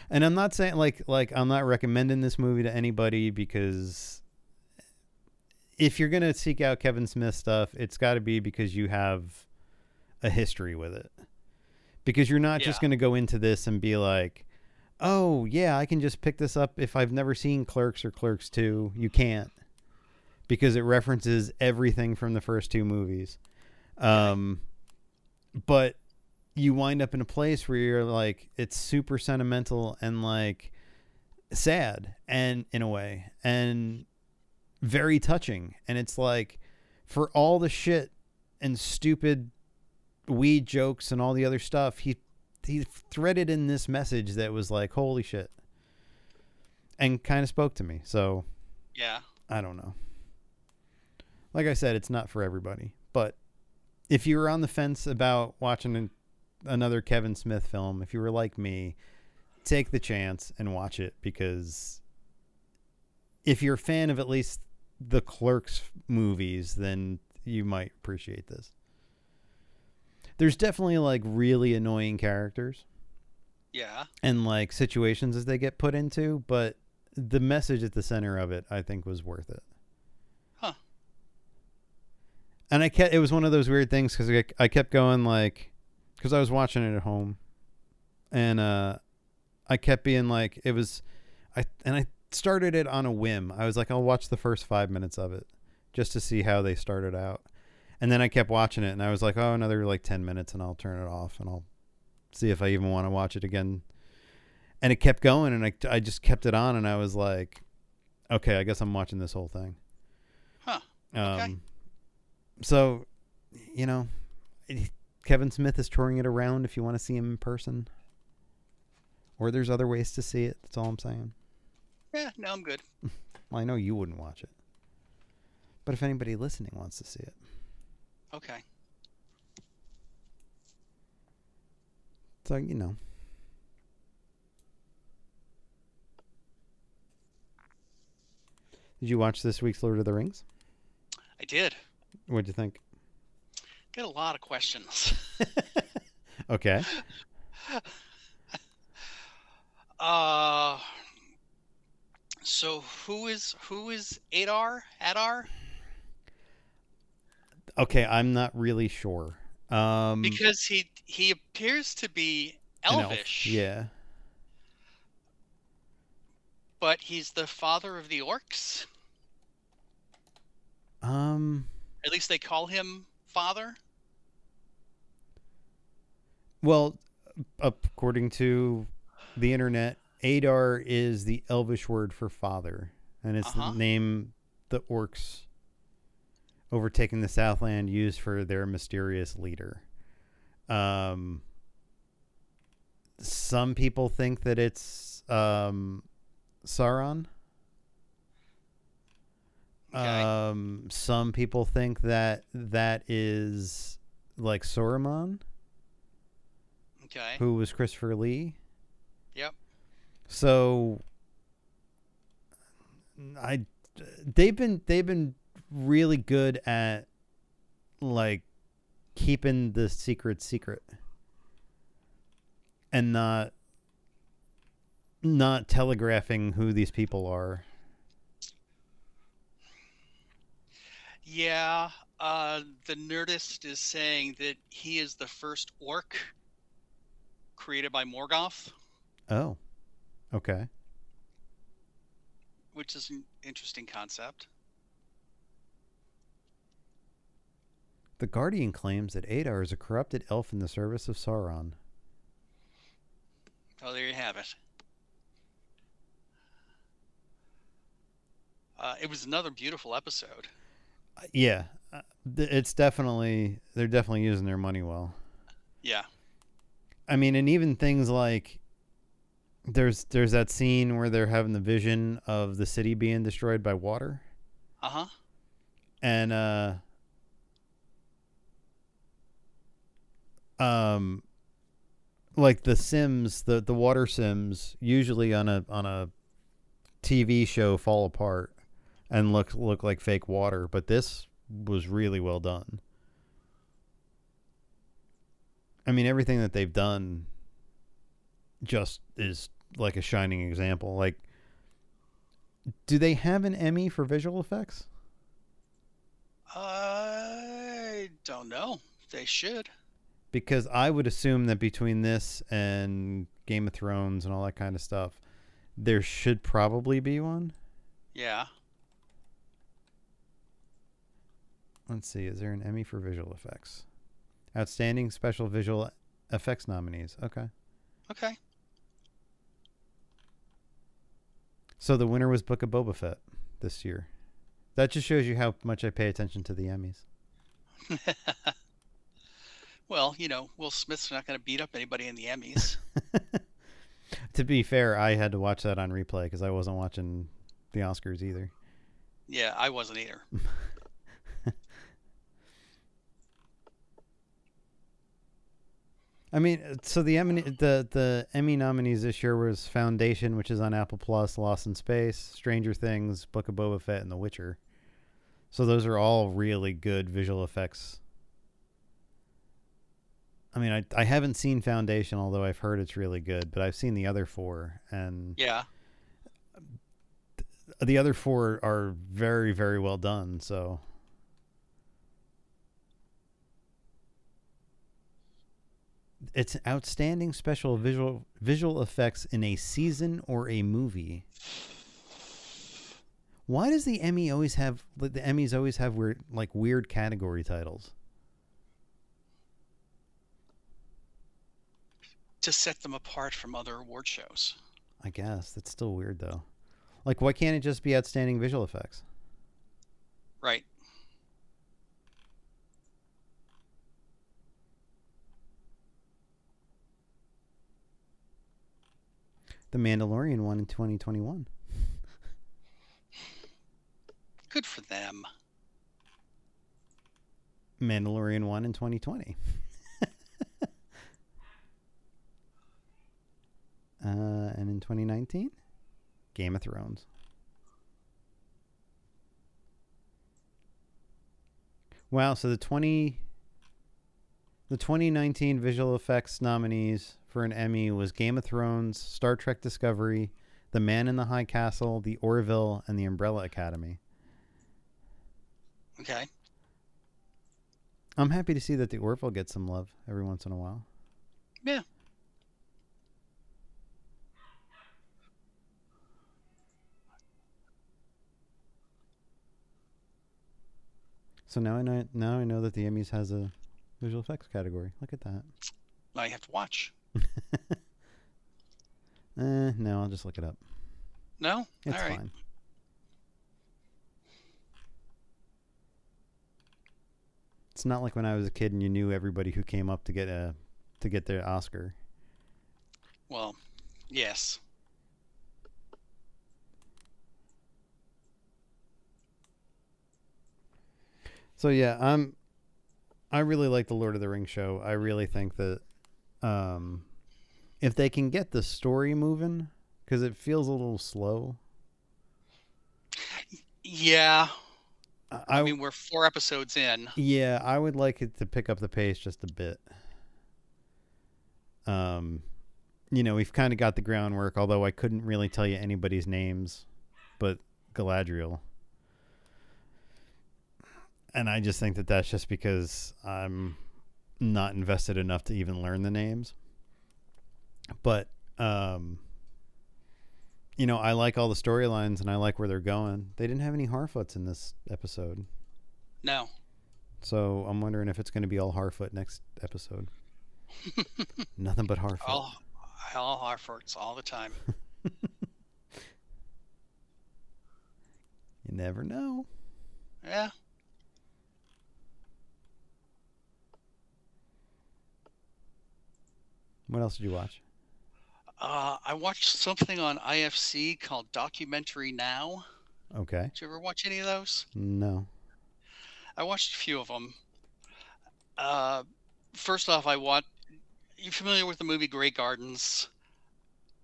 [SPEAKER 1] And I'm not saying like like I'm not recommending this movie to anybody because if you're gonna seek out Kevin Smith stuff, it's got to be because you have a history with it. Because you're not just
[SPEAKER 2] Yeah.
[SPEAKER 1] gonna go into this and be like, "Oh yeah, I can just pick this up if I've never seen Clerks or Clerks Two. You can't because it references everything from the first two movies. Um, but you wind up in a place where you're like, it's super sentimental and like sad and in a way and very touching and it's like for all the shit and stupid weed jokes and all the other stuff he he threaded in this message that was like holy shit and kind of spoke to me so
[SPEAKER 2] Yeah.
[SPEAKER 1] I don't know. Like I said, it's not for everybody. But if you were on the fence about watching an, another Kevin Smith film, if you were like me, take the chance and watch it because if you're a fan of at least the Clerks movies, then you might appreciate this. There's definitely like really annoying characters
[SPEAKER 2] Yeah.
[SPEAKER 1] and like situations that they get put into, but the message at the center of it, I think, was worth it.
[SPEAKER 2] Huh.
[SPEAKER 1] And I kept it was one of those weird things because I, I kept going like because I was watching it at home, and uh, I kept being like it was, I and I started it on a whim. I was like I'll watch the first five minutes of it just to see how they started out, and then I kept watching it and I was like oh another like ten minutes and I'll turn it off and I'll see if I even want to watch it again and it kept going and I, I just kept it on and i was like okay i guess i'm watching this whole thing
[SPEAKER 2] Huh.
[SPEAKER 1] um,
[SPEAKER 2] Okay.
[SPEAKER 1] so you know it- kevin smith is touring it around if you want to see him in person or there's other ways to see it that's all i'm saying
[SPEAKER 2] Yeah. No, I'm good.
[SPEAKER 1] well, i know you wouldn't watch it but if anybody listening wants to see it
[SPEAKER 2] Okay.
[SPEAKER 1] so you know did you watch this week's lord of the rings
[SPEAKER 2] I did.
[SPEAKER 1] what'd you think
[SPEAKER 2] Get a lot of questions.
[SPEAKER 1] okay
[SPEAKER 2] Uh. So who is who is Adar? Adar?
[SPEAKER 1] Okay, I'm not really sure. Um,
[SPEAKER 2] Because he he appears to be
[SPEAKER 1] an elf,
[SPEAKER 2] elvish.
[SPEAKER 1] Yeah.
[SPEAKER 2] But he's the father of the orcs.
[SPEAKER 1] Um.
[SPEAKER 2] At least they call him father.
[SPEAKER 1] Well, according to the internet, Adar is the Elvish word for father, and it's
[SPEAKER 2] Uh-huh.
[SPEAKER 1] the name the orcs overtaking the Southland used for their mysterious leader. Um. Some people think that it's um, Sauron.
[SPEAKER 2] Okay.
[SPEAKER 1] Um, some people think that that is like Soramon,
[SPEAKER 2] okay.
[SPEAKER 1] who was Christopher Lee.
[SPEAKER 2] Eh? Yep.
[SPEAKER 1] So I they've been they've been really good at like keeping the secret secret and not not telegraphing who these people are.
[SPEAKER 2] Yeah, uh, the Nerdist is saying that he is the first orc created by Morgoth,
[SPEAKER 1] Oh. Okay.
[SPEAKER 2] which is an interesting concept.
[SPEAKER 1] The Guardian claims that Adar is a corrupted elf in the service of Sauron.
[SPEAKER 2] Oh, there you have it. Uh, it was another beautiful episode.
[SPEAKER 1] Uh, Yeah, uh, th- it's definitely they're definitely using their money well.
[SPEAKER 2] Yeah.
[SPEAKER 1] I mean, and even things like there's there's that scene where they're having the vision of the city being destroyed by water,
[SPEAKER 2] Uh huh.
[SPEAKER 1] and uh, um, like the Sims, the the water Sims, usually on a on a TV show fall apart and look look like fake water, but this was really well done. I mean, everything that they've done just is like a shining example. Like, do they have an Emmy for visual effects?
[SPEAKER 2] I don't know. They should.
[SPEAKER 1] because I would assume that between this and Game of Thrones and all that kind of stuff, there should probably be one.
[SPEAKER 2] Yeah.
[SPEAKER 1] Let's see, is there an Emmy for visual effects? Outstanding special visual effects nominees. Okay.
[SPEAKER 2] Okay.
[SPEAKER 1] So the winner was Book of Boba Fett this year. That just shows you how much I pay attention to the Emmys.
[SPEAKER 2] Well, you know, Will Smith's not going to beat up anybody in the Emmys.
[SPEAKER 1] To be fair, I had to watch that on replay because I wasn't watching the Oscars either.
[SPEAKER 2] yeah, I wasn't either.
[SPEAKER 1] I mean, uh, so the Emmy the the Emmy nominees this year was Foundation, which is on Apple Plus, Lost in Space, Stranger Things, Book of Boba Fett, and The Witcher. So those are all really good visual effects. I mean, I I haven't seen Foundation, although I've heard it's really good, but I've seen the other four, and
[SPEAKER 2] Yeah.
[SPEAKER 1] the other four are very very well done. So it's outstanding special visual visual effects in a season or a movie. Why does the Emmy always have like the Emmys always have weird like weird category titles?
[SPEAKER 2] To set them apart from other award shows.
[SPEAKER 1] I guess that's still weird though. Like why can't it just be outstanding visual effects?
[SPEAKER 2] Right.
[SPEAKER 1] The Mandalorian won in 2021.
[SPEAKER 2] Good for them.
[SPEAKER 1] Mandalorian won in 2020. uh, and in 2019, Game of Thrones. Wow, so the 20 the 2019 visual effects nominees for an Emmy was Game of Thrones, Star Trek Discovery, The Man in the High Castle, The Orville, and The Umbrella Academy.
[SPEAKER 2] Okay.
[SPEAKER 1] I'm happy to see that The Orville gets some love every once in a while.
[SPEAKER 2] Yeah.
[SPEAKER 1] So now I know now I know that the Emmys has a visual effects category. Look at that.
[SPEAKER 2] Now you have to watch.
[SPEAKER 1] Eh, no, I'll just look it up.
[SPEAKER 2] No?
[SPEAKER 1] It's
[SPEAKER 2] All right.
[SPEAKER 1] fine. It's not like when I was a kid and you knew everybody who came up to get a to get their Oscar.
[SPEAKER 2] Well, yes.
[SPEAKER 1] So yeah, I'm I really like the Lord of the Rings show. I really think that um if they can get the story moving cuz it feels a little slow.
[SPEAKER 2] Yeah.
[SPEAKER 1] I,
[SPEAKER 2] I
[SPEAKER 1] I-
[SPEAKER 2] mean, we're four episodes in.
[SPEAKER 1] Yeah, I would like it to pick up the pace just a bit. Um, you know, we've kind of got the groundwork, although I couldn't really tell you anybody's names, but Galadriel. And I just think that that's just because I'm not invested enough to even learn the names. But um you know, I like all the storylines and I like where they're going. They didn't have any Harfoots in this episode.
[SPEAKER 2] No.
[SPEAKER 1] So I'm wondering if it's going to be all Harfoot next episode. Nothing but Harfoot.
[SPEAKER 2] All, all Harfords all the time.
[SPEAKER 1] You never know.
[SPEAKER 2] Yeah.
[SPEAKER 1] What else did you watch?
[SPEAKER 2] Uh, I watched something on IFC called Documentary Now.
[SPEAKER 1] Okay.
[SPEAKER 2] Did you ever watch any of those?
[SPEAKER 1] No.
[SPEAKER 2] I watched a few of them. Uh, first off, I want you familiar with the movie Grey Gardens?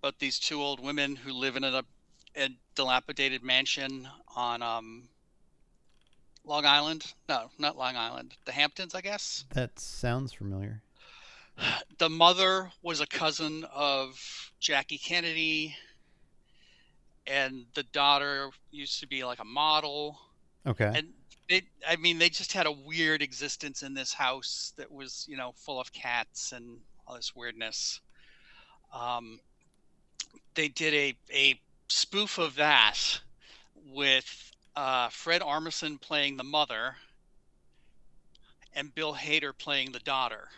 [SPEAKER 2] About these two old women who live in a, a dilapidated mansion on um, Long Island. No, not Long Island. The Hamptons, I guess.
[SPEAKER 1] That sounds familiar.
[SPEAKER 2] the mother was a cousin of Jackie Kennedy, and the daughter used to be like a model.
[SPEAKER 1] Okay.
[SPEAKER 2] And they, I mean, they just had a weird existence in this house that was, you know, full of cats and all this weirdness. Um, they did a, a spoof of that with uh, Fred Armisen playing the mother and Bill Hader playing the daughter.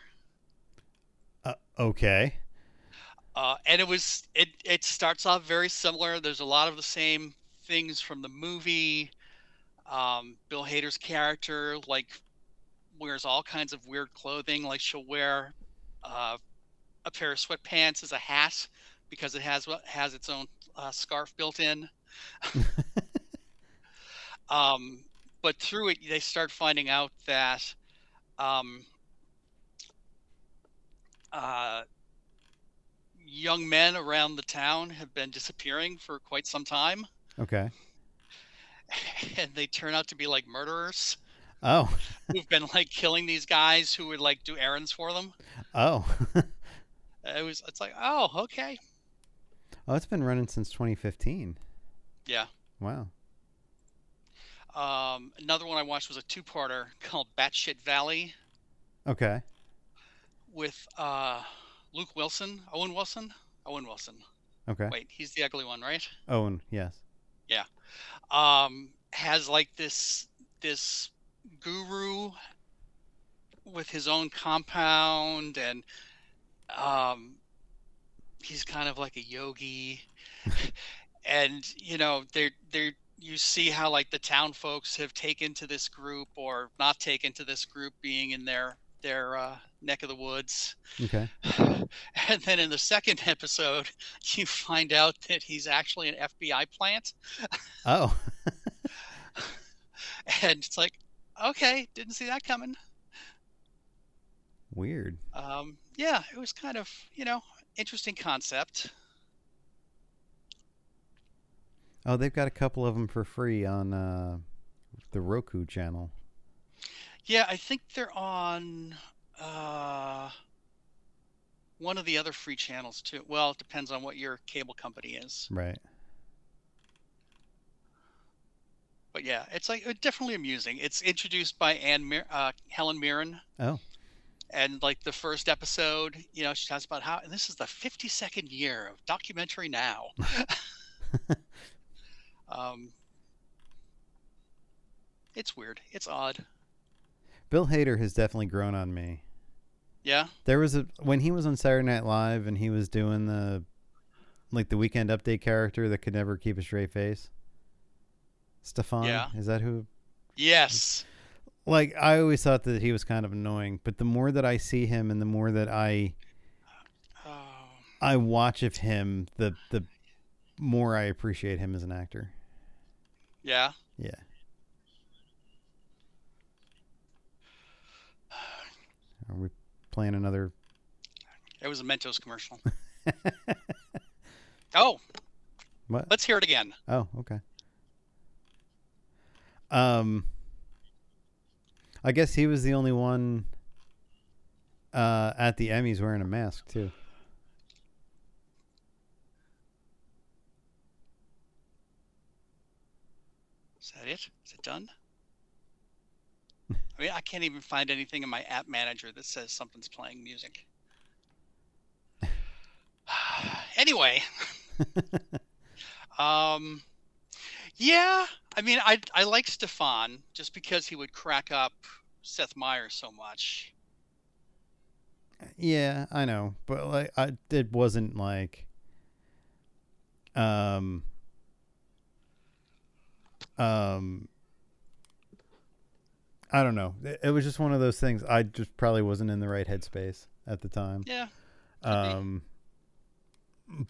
[SPEAKER 1] Uh, okay.
[SPEAKER 2] uh, and it was it it starts off very similar. There's a lot of the same things from the movie. Um, Bill Hader's character like wears all kinds of weird clothing. Like she'll wear uh, a pair of sweatpants as a hat because it has has its own uh, scarf built in. um, but through it, they start finding out that um, uh, young men around the town have been disappearing for quite some time,
[SPEAKER 1] Okay.
[SPEAKER 2] and they turn out to be like murderers
[SPEAKER 1] Oh.
[SPEAKER 2] who've been like killing these guys who would like do errands for them.
[SPEAKER 1] Oh.
[SPEAKER 2] It was it's like oh okay
[SPEAKER 1] oh, it's been running since 2015.
[SPEAKER 2] yeah.
[SPEAKER 1] Wow.
[SPEAKER 2] Um, another one I watched was a two-parter called Batshit Valley
[SPEAKER 1] Okay.
[SPEAKER 2] with uh, Luke Wilson, Owen Wilson, Owen Wilson.
[SPEAKER 1] Okay.
[SPEAKER 2] Wait, he's the ugly one, right?
[SPEAKER 1] Owen, yes.
[SPEAKER 2] Um, has like this this guru with his own compound, and um, he's kind of like a yogi, and you know they're they're you see how like the town folks have taken to this group or not taken to this group being in their their uh, neck of the woods.
[SPEAKER 1] Okay.
[SPEAKER 2] and then in the second episode, you find out that he's actually an FBI plant,
[SPEAKER 1] Oh.
[SPEAKER 2] and it's like, okay, didn't see that coming.
[SPEAKER 1] Weird.
[SPEAKER 2] Um, yeah, it was kind of you know interesting concept.
[SPEAKER 1] Oh, they've got a couple of them for free on uh, the Roku channel.
[SPEAKER 2] Yeah, I think they're on uh, one of the other free channels too. Well, it depends on what your cable company is,
[SPEAKER 1] Right.
[SPEAKER 2] but yeah, it's like uh, definitely amusing. It's introduced by Anne Mir- uh, Helen Mirren.
[SPEAKER 1] Oh.
[SPEAKER 2] and like the first episode, you know, she talks about how and this is the 52nd year of documentary now. um, it's weird. It's odd.
[SPEAKER 1] Bill Hader has definitely grown on me.
[SPEAKER 2] Yeah.
[SPEAKER 1] There was a when he was on Saturday Night Live and he was doing the like the weekend update character that could never keep a straight face. Stefan,
[SPEAKER 2] Yeah.
[SPEAKER 1] is that who?
[SPEAKER 2] Yes.
[SPEAKER 1] Like I always thought that he was kind of annoying, but the more that I see him and the more that I
[SPEAKER 2] Oh,
[SPEAKER 1] I watch of him, the the more I appreciate him as an actor.
[SPEAKER 2] yeah.
[SPEAKER 1] Yeah. Are we playing another?
[SPEAKER 2] It was a Mentos commercial. oh,
[SPEAKER 1] What?
[SPEAKER 2] let's hear it again.
[SPEAKER 1] Oh, okay. Um, I guess he was the only one uh, at the Emmys wearing a mask too.
[SPEAKER 2] Is that it? Is it done? I mean, I can't even find anything in my app manager that says something's playing music. anyway, um, yeah, I mean, I I like Stefan just because he would crack up Seth Meyers so much.
[SPEAKER 1] Yeah, I know, but like, I, it wasn't like, um, um, I don't know. It, it was just one of those things. I just probably wasn't in the right headspace at the time.
[SPEAKER 2] Yeah, be.
[SPEAKER 1] Um,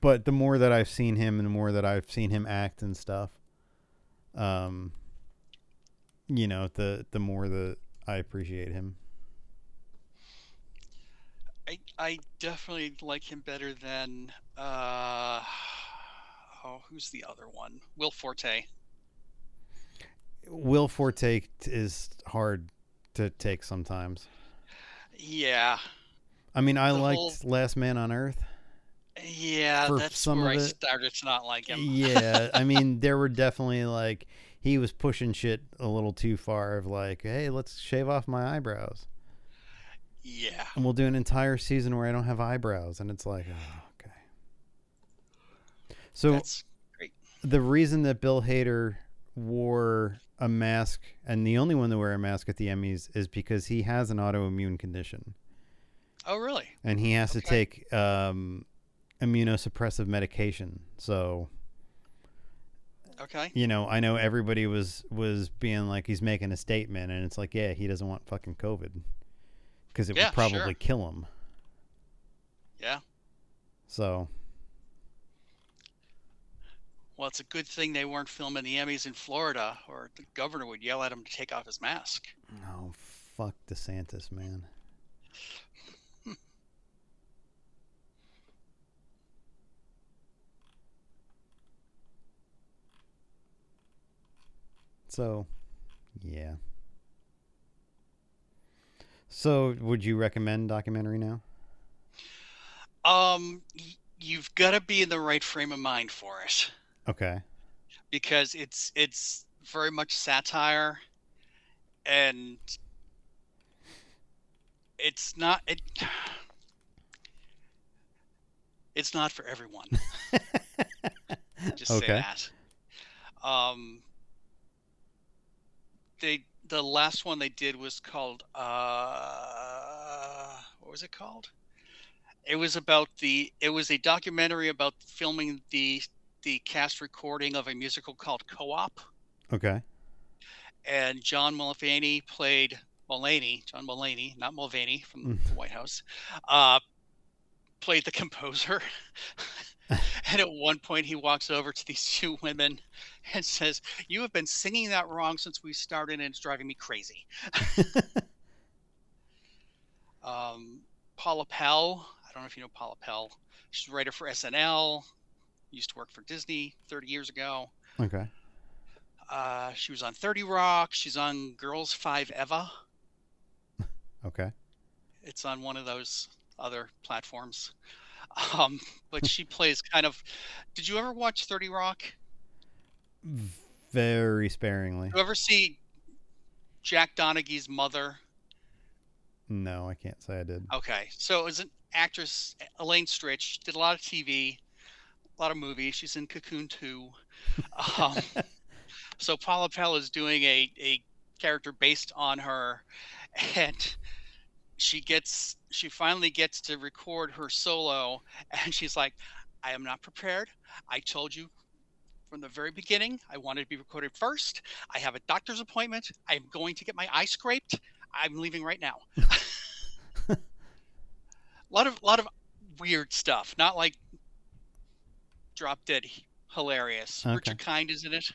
[SPEAKER 1] but the more that I've seen him, and the more that I've seen him act and stuff, um, you know, the the more that I appreciate him.
[SPEAKER 2] I I definitely like him better than uh oh, who's the other one? Will Forte.
[SPEAKER 1] Will Forte t- is hard to take sometimes.
[SPEAKER 2] Yeah.
[SPEAKER 1] I mean, I
[SPEAKER 2] The
[SPEAKER 1] liked
[SPEAKER 2] whole-
[SPEAKER 1] Last Man on Earth.
[SPEAKER 2] Yeah,
[SPEAKER 1] for
[SPEAKER 2] that's
[SPEAKER 1] some
[SPEAKER 2] where
[SPEAKER 1] of
[SPEAKER 2] I
[SPEAKER 1] it.
[SPEAKER 2] started to not like him.
[SPEAKER 1] Yeah, I mean, there were definitely like he was pushing shit a little too far of like, hey, let's shave off my eyebrows,
[SPEAKER 2] Yeah.
[SPEAKER 1] and we'll do an entire season where I don't have eyebrows, and it's like, oh, okay. So
[SPEAKER 2] That's
[SPEAKER 1] the reason that Bill Hader wore a mask and the only one to wear a mask at the Emmys is because he has an autoimmune condition.
[SPEAKER 2] oh really?
[SPEAKER 1] and he has to
[SPEAKER 2] Okay.
[SPEAKER 1] take um, immunosuppressive medication. So,
[SPEAKER 2] Okay.
[SPEAKER 1] you know, I know everybody was was being like he's making a statement and it's like, yeah, he doesn't want fucking COVID because it
[SPEAKER 2] Yeah,
[SPEAKER 1] would
[SPEAKER 2] sure.
[SPEAKER 1] probably kill him.
[SPEAKER 2] Yeah.
[SPEAKER 1] So,
[SPEAKER 2] Well, it's a good thing they weren't filming the Emmys in Florida, or the governor would yell at him to take off his mask.
[SPEAKER 1] oh fuck DeSantis, man. So, yeah. So, would you recommend documentary now?
[SPEAKER 2] Um, y- you've got to be in the right frame of mind for it.
[SPEAKER 1] Okay.
[SPEAKER 2] because it's it's very much satire and it's not it it's not for everyone just say
[SPEAKER 1] Okay.
[SPEAKER 2] that um they the last one they did was called uh what was it called it was about the it was a documentary about filming the the cast recording of a musical called Co-op,
[SPEAKER 1] Okay.
[SPEAKER 2] and John Mulvaney played Mullaney, John Mullaney, not Mulvaney from
[SPEAKER 1] Mm.
[SPEAKER 2] the White House, uh, played the composer. and at one point, he walks over to these two women and says, "You have been singing that wrong since we started, and it's driving me crazy." um, Paula Pell, I don't know if you know Paula Pell. She's a writer for SNL. Used to work for Disney 30 years ago.
[SPEAKER 1] Okay.
[SPEAKER 2] Uh, she was on 30 Rock. She's on Girls 5 Eva.
[SPEAKER 1] Okay.
[SPEAKER 2] It's on one of those other platforms. Um, but she plays kind of. Did you ever watch 30 Rock?
[SPEAKER 1] Very sparingly.
[SPEAKER 2] You ever see Jack Donaghy's mother?
[SPEAKER 1] No, I can't say I did.
[SPEAKER 2] Okay. So it was an actress, Elaine Stritch, did a lot of TV, a lot of movies. She's in Cocoon 2. Um, so Paula Pell is doing a, a character based on her, and she gets she finally gets to record her solo, and she's like, "I am not prepared. I told you." From the very beginning, I wanted to be recorded first. I have a doctor's appointment. I'm going to get my eye scraped. I'm leaving right now. a lot of lot of weird stuff. Not like drop dead h- hilarious.
[SPEAKER 1] Okay.
[SPEAKER 2] Richard Kind is in it.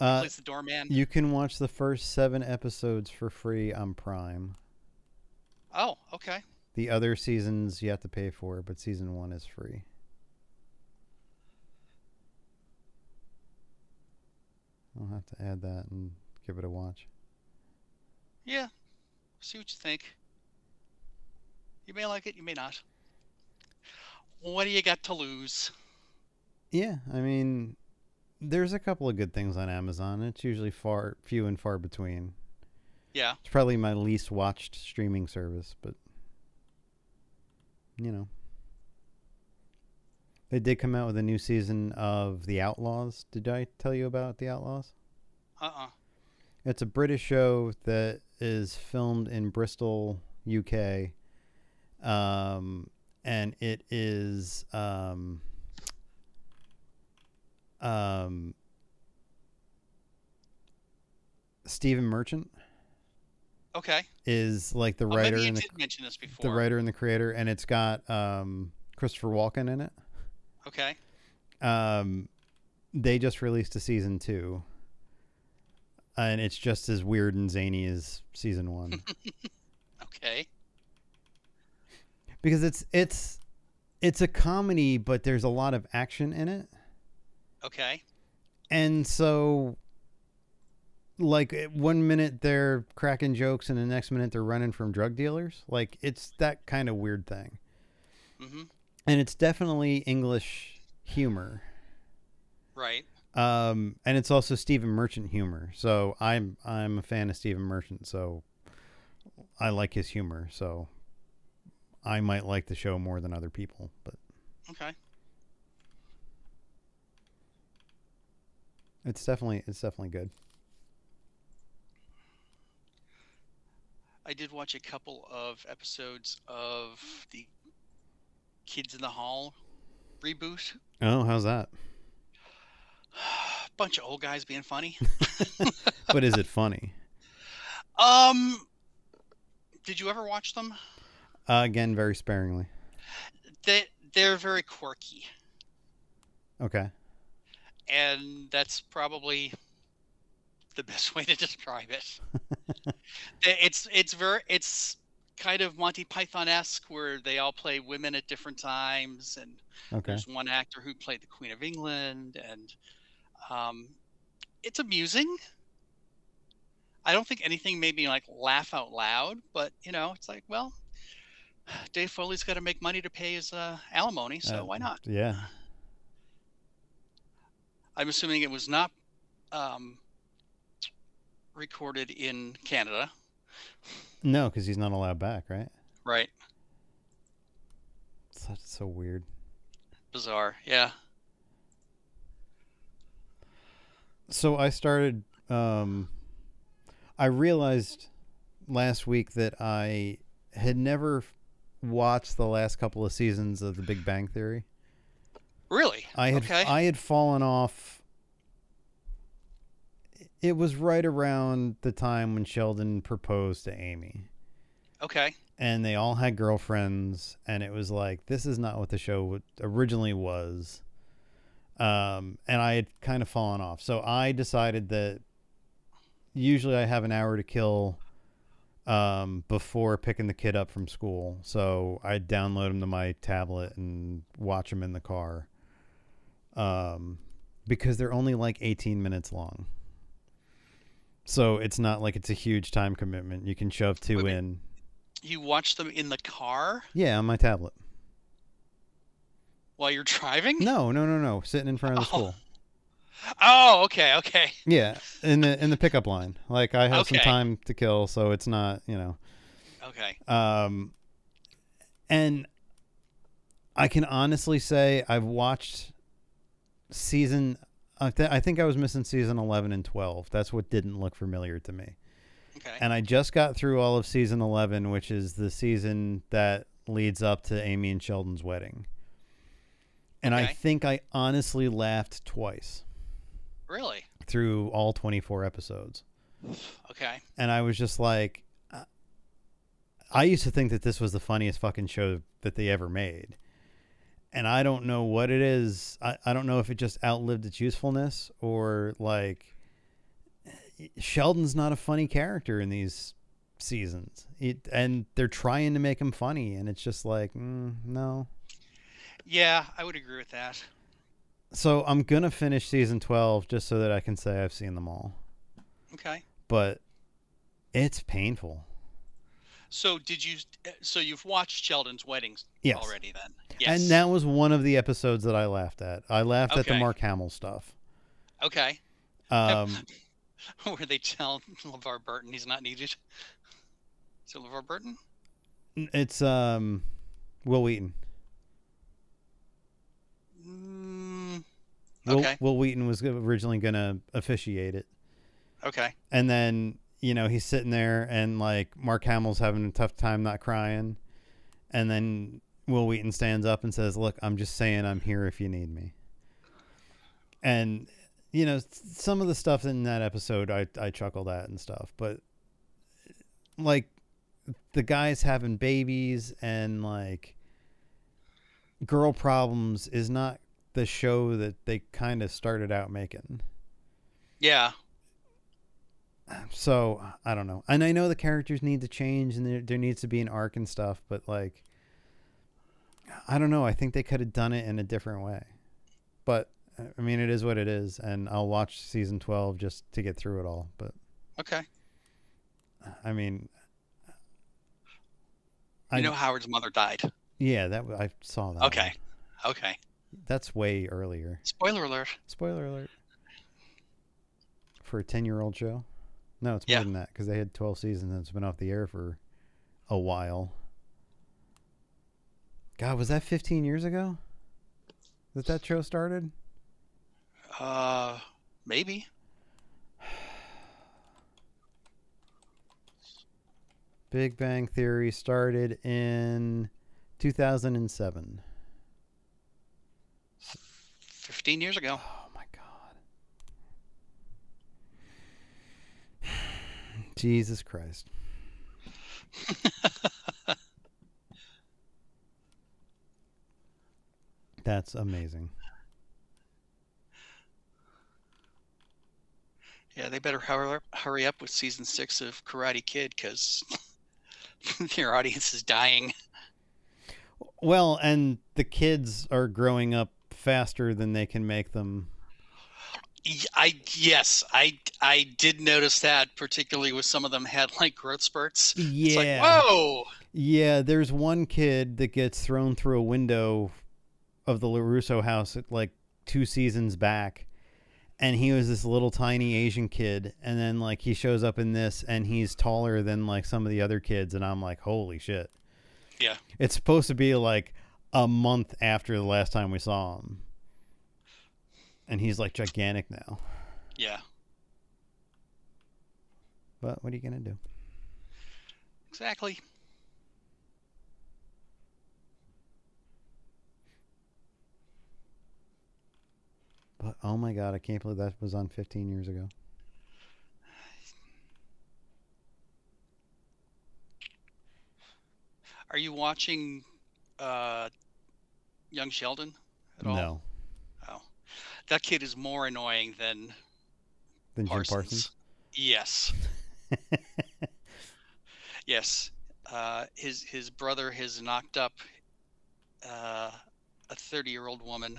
[SPEAKER 1] Uh,
[SPEAKER 2] Plays the doorman.
[SPEAKER 1] you can watch the first seven episodes for free on Prime.
[SPEAKER 2] Oh, okay.
[SPEAKER 1] The other seasons you have to pay for, but season one is free. I'll have to add that and give it a watch.
[SPEAKER 2] Yeah. See what you think. You may like it, you may not. What do you got to lose?
[SPEAKER 1] Yeah, I mean, there's a couple of good things on Amazon. It's usually far, few and far between.
[SPEAKER 2] Yeah.
[SPEAKER 1] It's probably my least watched streaming service, but you know. They did come out with a new season of The Outlaws. Did I tell you about The Outlaws?
[SPEAKER 2] Uh uh
[SPEAKER 1] It's a British show that is filmed in Bristol, UK. Um, and it is um, um, Stephen Merchant
[SPEAKER 2] Okay.
[SPEAKER 1] is like the
[SPEAKER 2] Oh,
[SPEAKER 1] writer
[SPEAKER 2] maybe you
[SPEAKER 1] and the
[SPEAKER 2] did mention this before.
[SPEAKER 1] the writer and the creator, and it's got um, Christopher Walken in it.
[SPEAKER 2] Okay.
[SPEAKER 1] Um, they just released a season two, and it's just as weird and zany as season one
[SPEAKER 2] Okay.
[SPEAKER 1] because it's it's it's a comedy, but there's a lot of action in it,
[SPEAKER 2] Okay.
[SPEAKER 1] and so like eh, one minute they're cracking jokes, and the next minute they're running from drug dealers. Like it's that kind of weird thing,
[SPEAKER 2] hmm
[SPEAKER 1] and it's definitely English humor.
[SPEAKER 2] Right.
[SPEAKER 1] Um, and it's also Stephen Merchant humor. So I'm I'm a fan of Stephen Merchant, so I like his humor. So I might like the show more than other people, but
[SPEAKER 2] Okay.
[SPEAKER 1] it's definitely it's definitely good.
[SPEAKER 2] I did watch a couple of episodes of the Kids in the Hall reboot.
[SPEAKER 1] Oh, how's that?
[SPEAKER 2] Bunch of old guys being funny.
[SPEAKER 1] But is it funny?
[SPEAKER 2] Um, did you ever watch them?
[SPEAKER 1] Uh, again, very sparingly.
[SPEAKER 2] They they're very quirky,
[SPEAKER 1] Okay.
[SPEAKER 2] and that's probably the best way to describe it. They- it's it's very it's kind of Monty Python esque, where they all play women at different times, and
[SPEAKER 1] Okay.
[SPEAKER 2] there's one actor who played the Queen of England, and um, it's amusing. I don't think anything made me like laugh out loud, but you know, it's like, well, Dave Foley's got to make money to pay his uh, alimony, so
[SPEAKER 1] Uh,
[SPEAKER 2] why not?
[SPEAKER 1] Yeah.
[SPEAKER 2] I'm assuming it was not um, recorded in Canada,
[SPEAKER 1] No, because he's not allowed back, right?
[SPEAKER 2] right?
[SPEAKER 1] Such so weird.
[SPEAKER 2] Bizarre, yeah.
[SPEAKER 1] So I started. Um, I realized last week that I had never f- watched the last couple of seasons of The Big Bang Theory.
[SPEAKER 2] Really?
[SPEAKER 1] I had
[SPEAKER 2] okay.
[SPEAKER 1] I had fallen off. It was right around the time when Sheldon proposed to Amy,
[SPEAKER 2] Okay.
[SPEAKER 1] and they all had girlfriends, and it was like this is not what the show w- originally was. Um, and I had kind of fallen off, so I decided that usually I have an hour to kill um, before picking the kid up from school, so I download him to my tablet and watch him in the car um, because they're only like 18 minutes long. So it's not like it's a huge time commitment. You can shove two
[SPEAKER 2] Wait, wait.
[SPEAKER 1] in.
[SPEAKER 2] You watch them in the car
[SPEAKER 1] Yeah, on my tablet.
[SPEAKER 2] while you're driving?
[SPEAKER 1] No, no, no, no. Sitting in front of the
[SPEAKER 2] Oh.
[SPEAKER 1] school.
[SPEAKER 2] Oh, okay, okay.
[SPEAKER 1] Yeah, in the in the pickup line. Like I have some
[SPEAKER 2] Okay.
[SPEAKER 1] time to kill, so it's not you know.
[SPEAKER 2] Okay.
[SPEAKER 1] Um, and I can honestly say I've watched season. I, th- I think I was missing season eleven and twelve. That's what didn't look familiar to me.
[SPEAKER 2] Okay.
[SPEAKER 1] And I just got through all of season 11, which is the season that leads up to Amy and Sheldon's wedding. And I
[SPEAKER 2] Okay.
[SPEAKER 1] think I honestly laughed twice
[SPEAKER 2] Really?
[SPEAKER 1] through all 24 episodes.
[SPEAKER 2] Okay.
[SPEAKER 1] And I was just like, I- I used to think that this was the funniest fucking show that they ever made. And I don't know what it is. I, I don't know if it just outlived its usefulness or like Sheldon's not a funny character in these seasons. It, and they're trying to make him funny, and it's just like, mm, no.
[SPEAKER 2] Yeah, I would agree with that.
[SPEAKER 1] So I'm gonna finish season twelve just so that I can say I've seen them all.
[SPEAKER 2] Okay.
[SPEAKER 1] But it's painful.
[SPEAKER 2] So did you? So you've watched Sheldon's weddings
[SPEAKER 1] Yes.
[SPEAKER 2] already then? Yes.
[SPEAKER 1] And that was one of the episodes that I laughed at. I laughed at the
[SPEAKER 2] Okay.
[SPEAKER 1] Mark Hamill stuff.
[SPEAKER 2] Okay.
[SPEAKER 1] Um,
[SPEAKER 2] Where they tell LeVar Burton he's not needed. So LeVar Burton?
[SPEAKER 1] it's um, Will Wheaton.
[SPEAKER 2] Mm,
[SPEAKER 1] Will,
[SPEAKER 2] Okay.
[SPEAKER 1] Will Wheaton was originally gonna officiate it.
[SPEAKER 2] okay.
[SPEAKER 1] and then you know he's sitting there and like mark hamill's having a tough time not crying and then will wheaton stands up and says look i'm just saying i'm here if you need me and you know s- some of the stuff in that episode i, I chuckled at and stuff but like the guys having babies and like girl problems is not the show that they kind of started out making
[SPEAKER 2] Yeah.
[SPEAKER 1] so I don't know, and I know the characters need to change, and there, there needs to be an arc and stuff, but like, I don't know. I think they could have done it in a different way, but uh, I mean, it is what it is, and I'll watch season twelve just to get through it all. But
[SPEAKER 2] Okay. You
[SPEAKER 1] I mean, I Oh.
[SPEAKER 2] know Howard's mother died.
[SPEAKER 1] yeah, that w- I saw that.
[SPEAKER 2] Okay. Okay.
[SPEAKER 1] one. that's way earlier.
[SPEAKER 2] Spoiler alert.
[SPEAKER 1] Spoiler alert for a ten-year-old show. No, it's more
[SPEAKER 2] Yeah.
[SPEAKER 1] than that because they had twelve seasons and it's been off the air for a while. God, was that fifteen years ago that that show started?
[SPEAKER 2] Uh, maybe.
[SPEAKER 1] Big Bang Theory started in two thousand and seven.
[SPEAKER 2] 15 years ago.
[SPEAKER 1] Oh my God. Jesus Christ. That's amazing.
[SPEAKER 2] Yeah, they better hurry up, hurry up with season six of Karate Kid because their audience is dying.
[SPEAKER 1] Well, and the kids are growing up faster than they can make them.
[SPEAKER 2] Y- I yes, I I did notice that particularly with some of them had like growth spurts.
[SPEAKER 1] Yeah.
[SPEAKER 2] It's like whoa,
[SPEAKER 1] Yeah, there's one kid that gets thrown through a window of the LaRusso house at like two seasons back. And he was this little tiny Asian kid. And then, like, he shows up in this and he's taller than like some of the other kids. And I'm like, holy shit.
[SPEAKER 2] Yeah.
[SPEAKER 1] It's supposed to be like a month after the last time we saw him. And he's like gigantic now.
[SPEAKER 2] yeah,
[SPEAKER 1] But what are you going to do?
[SPEAKER 2] exactly.
[SPEAKER 1] But oh my God, I can't believe that was on 15 years ago.
[SPEAKER 2] Are you watching uh, Young Sheldon at all?
[SPEAKER 1] No.
[SPEAKER 2] Oh, that kid is more annoying than
[SPEAKER 1] Then Jim
[SPEAKER 2] Parsons.
[SPEAKER 1] Parsons?
[SPEAKER 2] Yes. yes. Uh, his his brother has knocked up uh, a thirty year old woman,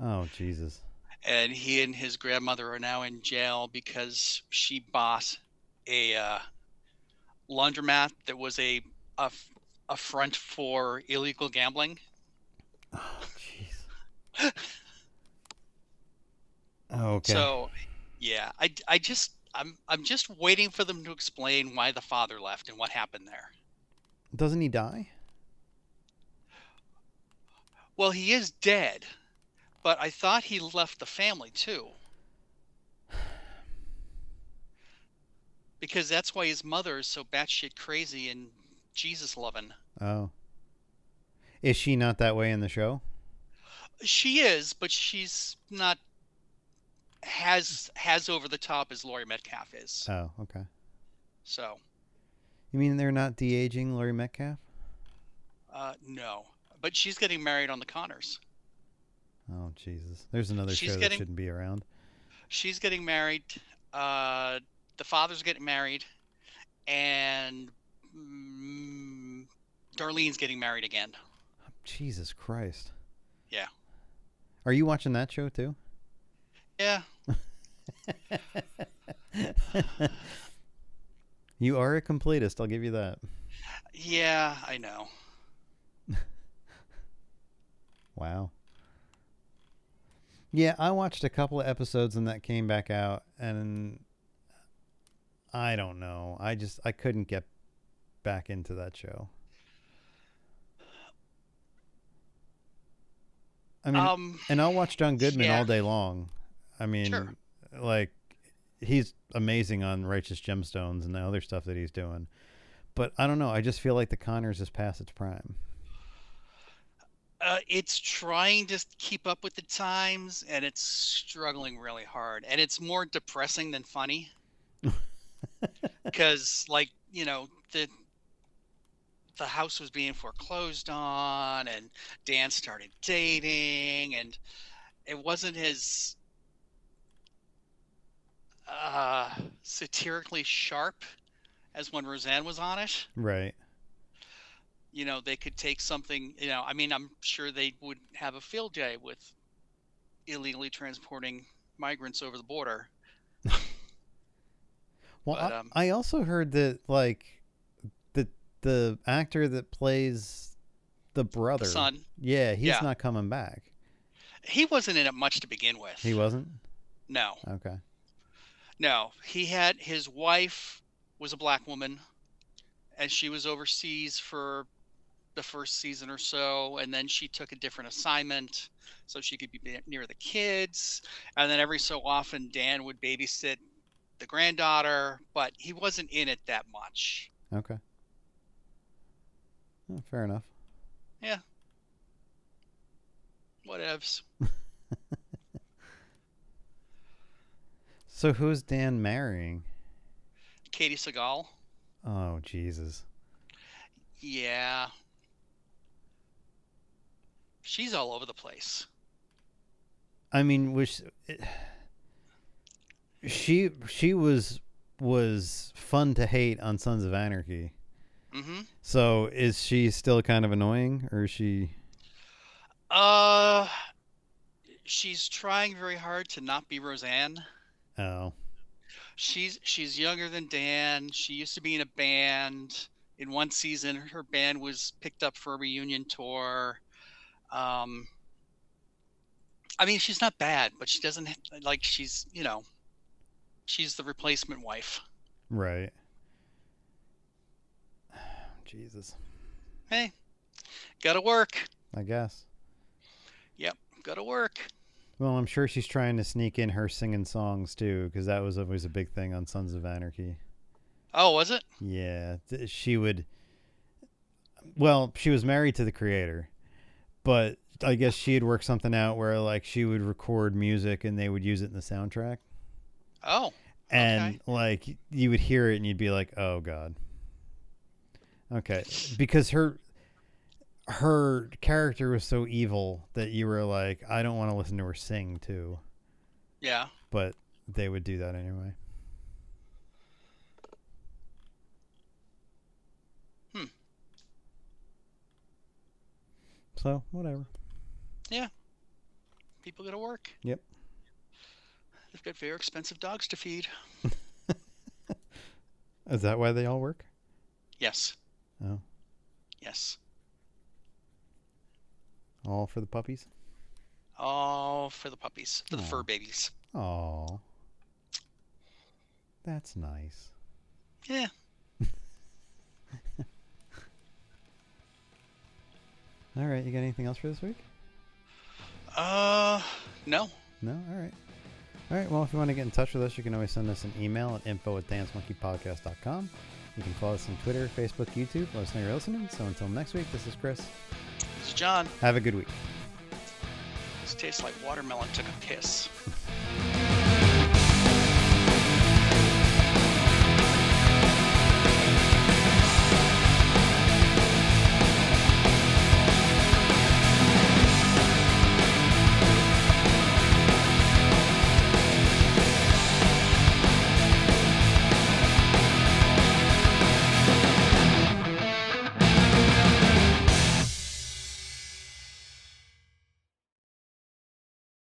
[SPEAKER 1] Oh, Jesus.
[SPEAKER 2] and he and his grandmother are now in jail because she bought a uh, laundromat that was a, a f- a front for illegal gambling.
[SPEAKER 1] Oh, jeez. Oh, okay.
[SPEAKER 2] So, yeah, I, I just I'm I'm just waiting for them to explain why the father left and what happened there.
[SPEAKER 1] Doesn't he die?
[SPEAKER 2] Well, he is dead, but I thought he left the family too. Because that's why his mother is so batshit crazy and Jesus loving.
[SPEAKER 1] Oh. Is she not that way in the show?
[SPEAKER 2] She is, but she's not has has over the top as Laurie Metcalf is.
[SPEAKER 1] Oh, okay.
[SPEAKER 2] So,
[SPEAKER 1] You mean they're not de aging Laurie Metcalf?
[SPEAKER 2] uh, no. But she's getting married on the Connors.
[SPEAKER 1] Oh, Jesus. There's another
[SPEAKER 2] She's
[SPEAKER 1] show that
[SPEAKER 2] getting-
[SPEAKER 1] shouldn't be around.
[SPEAKER 2] She's getting married. Uh, the father's getting married, and mm, Darlene's getting married again.
[SPEAKER 1] Jesus Christ.
[SPEAKER 2] Yeah.
[SPEAKER 1] Are you watching that show too?
[SPEAKER 2] Yeah,
[SPEAKER 1] you are a completist, I'll give you that.
[SPEAKER 2] yeah, I know.
[SPEAKER 1] Wow. Yeah, I watched a couple of episodes and that came back out and I don't know. I just I couldn't get back into that show. I mean,
[SPEAKER 2] um,
[SPEAKER 1] and I'll watch John Goodman
[SPEAKER 2] yeah.
[SPEAKER 1] all day long. I mean,
[SPEAKER 2] Sure.
[SPEAKER 1] like he's amazing on Righteous Gemstones and the other stuff that he's doing. But I don't know. I just feel like the Connors is past its prime.
[SPEAKER 2] uh, it's trying to keep up with the times, and it's struggling really hard. And it's more depressing than funny, because like you know the the house was being foreclosed on, and Dan started dating, and it wasn't as uh, satirically sharp as when Roseanne was on it.
[SPEAKER 1] Right.
[SPEAKER 2] you know they could take something you know i mean i'm sure they would have a field day with illegally transporting migrants over the border
[SPEAKER 1] Well,
[SPEAKER 2] But,
[SPEAKER 1] I,
[SPEAKER 2] um,
[SPEAKER 1] I also heard that like the the actor that plays the brother,
[SPEAKER 2] the son
[SPEAKER 1] yeah, he's
[SPEAKER 2] Yeah.
[SPEAKER 1] not coming back.
[SPEAKER 2] he wasn't in it much to begin with
[SPEAKER 1] He wasn't.
[SPEAKER 2] no
[SPEAKER 1] Okay.
[SPEAKER 2] no he had his wife was a black woman and she was overseas for the first season or so and then she took a different assignment so she could be ba- near the kids and then every so often dan would babysit the granddaughter but he wasn't in it that much
[SPEAKER 1] Okay. Oh, fair enough.
[SPEAKER 2] Whatevs.
[SPEAKER 1] So who's Dan marrying?
[SPEAKER 2] Katie Seagal.
[SPEAKER 1] Oh Jesus.
[SPEAKER 2] Yeah. She's all over the place.
[SPEAKER 1] I mean, was she she was was fun to hate on Sons of Anarchy.
[SPEAKER 2] Mm-hmm.
[SPEAKER 1] So is she still kind of annoying, or is she?
[SPEAKER 2] Uh, she's trying very hard to not be Roseanne.
[SPEAKER 1] Oh,
[SPEAKER 2] She's she's younger than Dan. She used to be in a band. In one season, her band was picked up for a reunion tour. Um, I mean, she's not bad, but she doesn't like she's you know, she's the replacement wife.
[SPEAKER 1] right. Jesus,
[SPEAKER 2] Hey, gotta work.
[SPEAKER 1] I guess.
[SPEAKER 2] Gotta work.
[SPEAKER 1] Well, I'm sure she's trying to sneak in her singing songs too, because that was always a big thing on Sons of Anarchy.
[SPEAKER 2] Oh, was it?
[SPEAKER 1] Yeah, th- she would. Well, she was married to the creator, but I guess she had worked something out where like she would record music and they would use it in the soundtrack,
[SPEAKER 2] Oh,
[SPEAKER 1] and like you would hear it and you'd be like, "Oh God." Okay, because her her character was so evil that you were like, "I don't want to listen to her sing too,"
[SPEAKER 2] yeah.
[SPEAKER 1] but they would do that anyway.
[SPEAKER 2] Hmm.
[SPEAKER 1] So whatever.
[SPEAKER 2] People gotta work.
[SPEAKER 1] Yep.
[SPEAKER 2] They've got very expensive dogs to feed.
[SPEAKER 1] Is that why they all work?
[SPEAKER 2] Yes.
[SPEAKER 1] Oh,
[SPEAKER 2] Yes.
[SPEAKER 1] all for the puppies.
[SPEAKER 2] Oh, for the puppies, for the
[SPEAKER 1] Aw.
[SPEAKER 2] fur babies.
[SPEAKER 1] Oh, that's nice.
[SPEAKER 2] Yeah.
[SPEAKER 1] All right, you got anything else for this week?
[SPEAKER 2] Uh, no.
[SPEAKER 1] No? All right. All right. Well, if you want to get in touch with us, you can always send us an email at info at dancemonkeypodcast.com. You can follow us on Twitter, Facebook, YouTube. Let us know you're listening. So until next week, this is Chris.
[SPEAKER 2] This is John.
[SPEAKER 1] Have a good week.
[SPEAKER 2] This tastes like watermelon took a piss.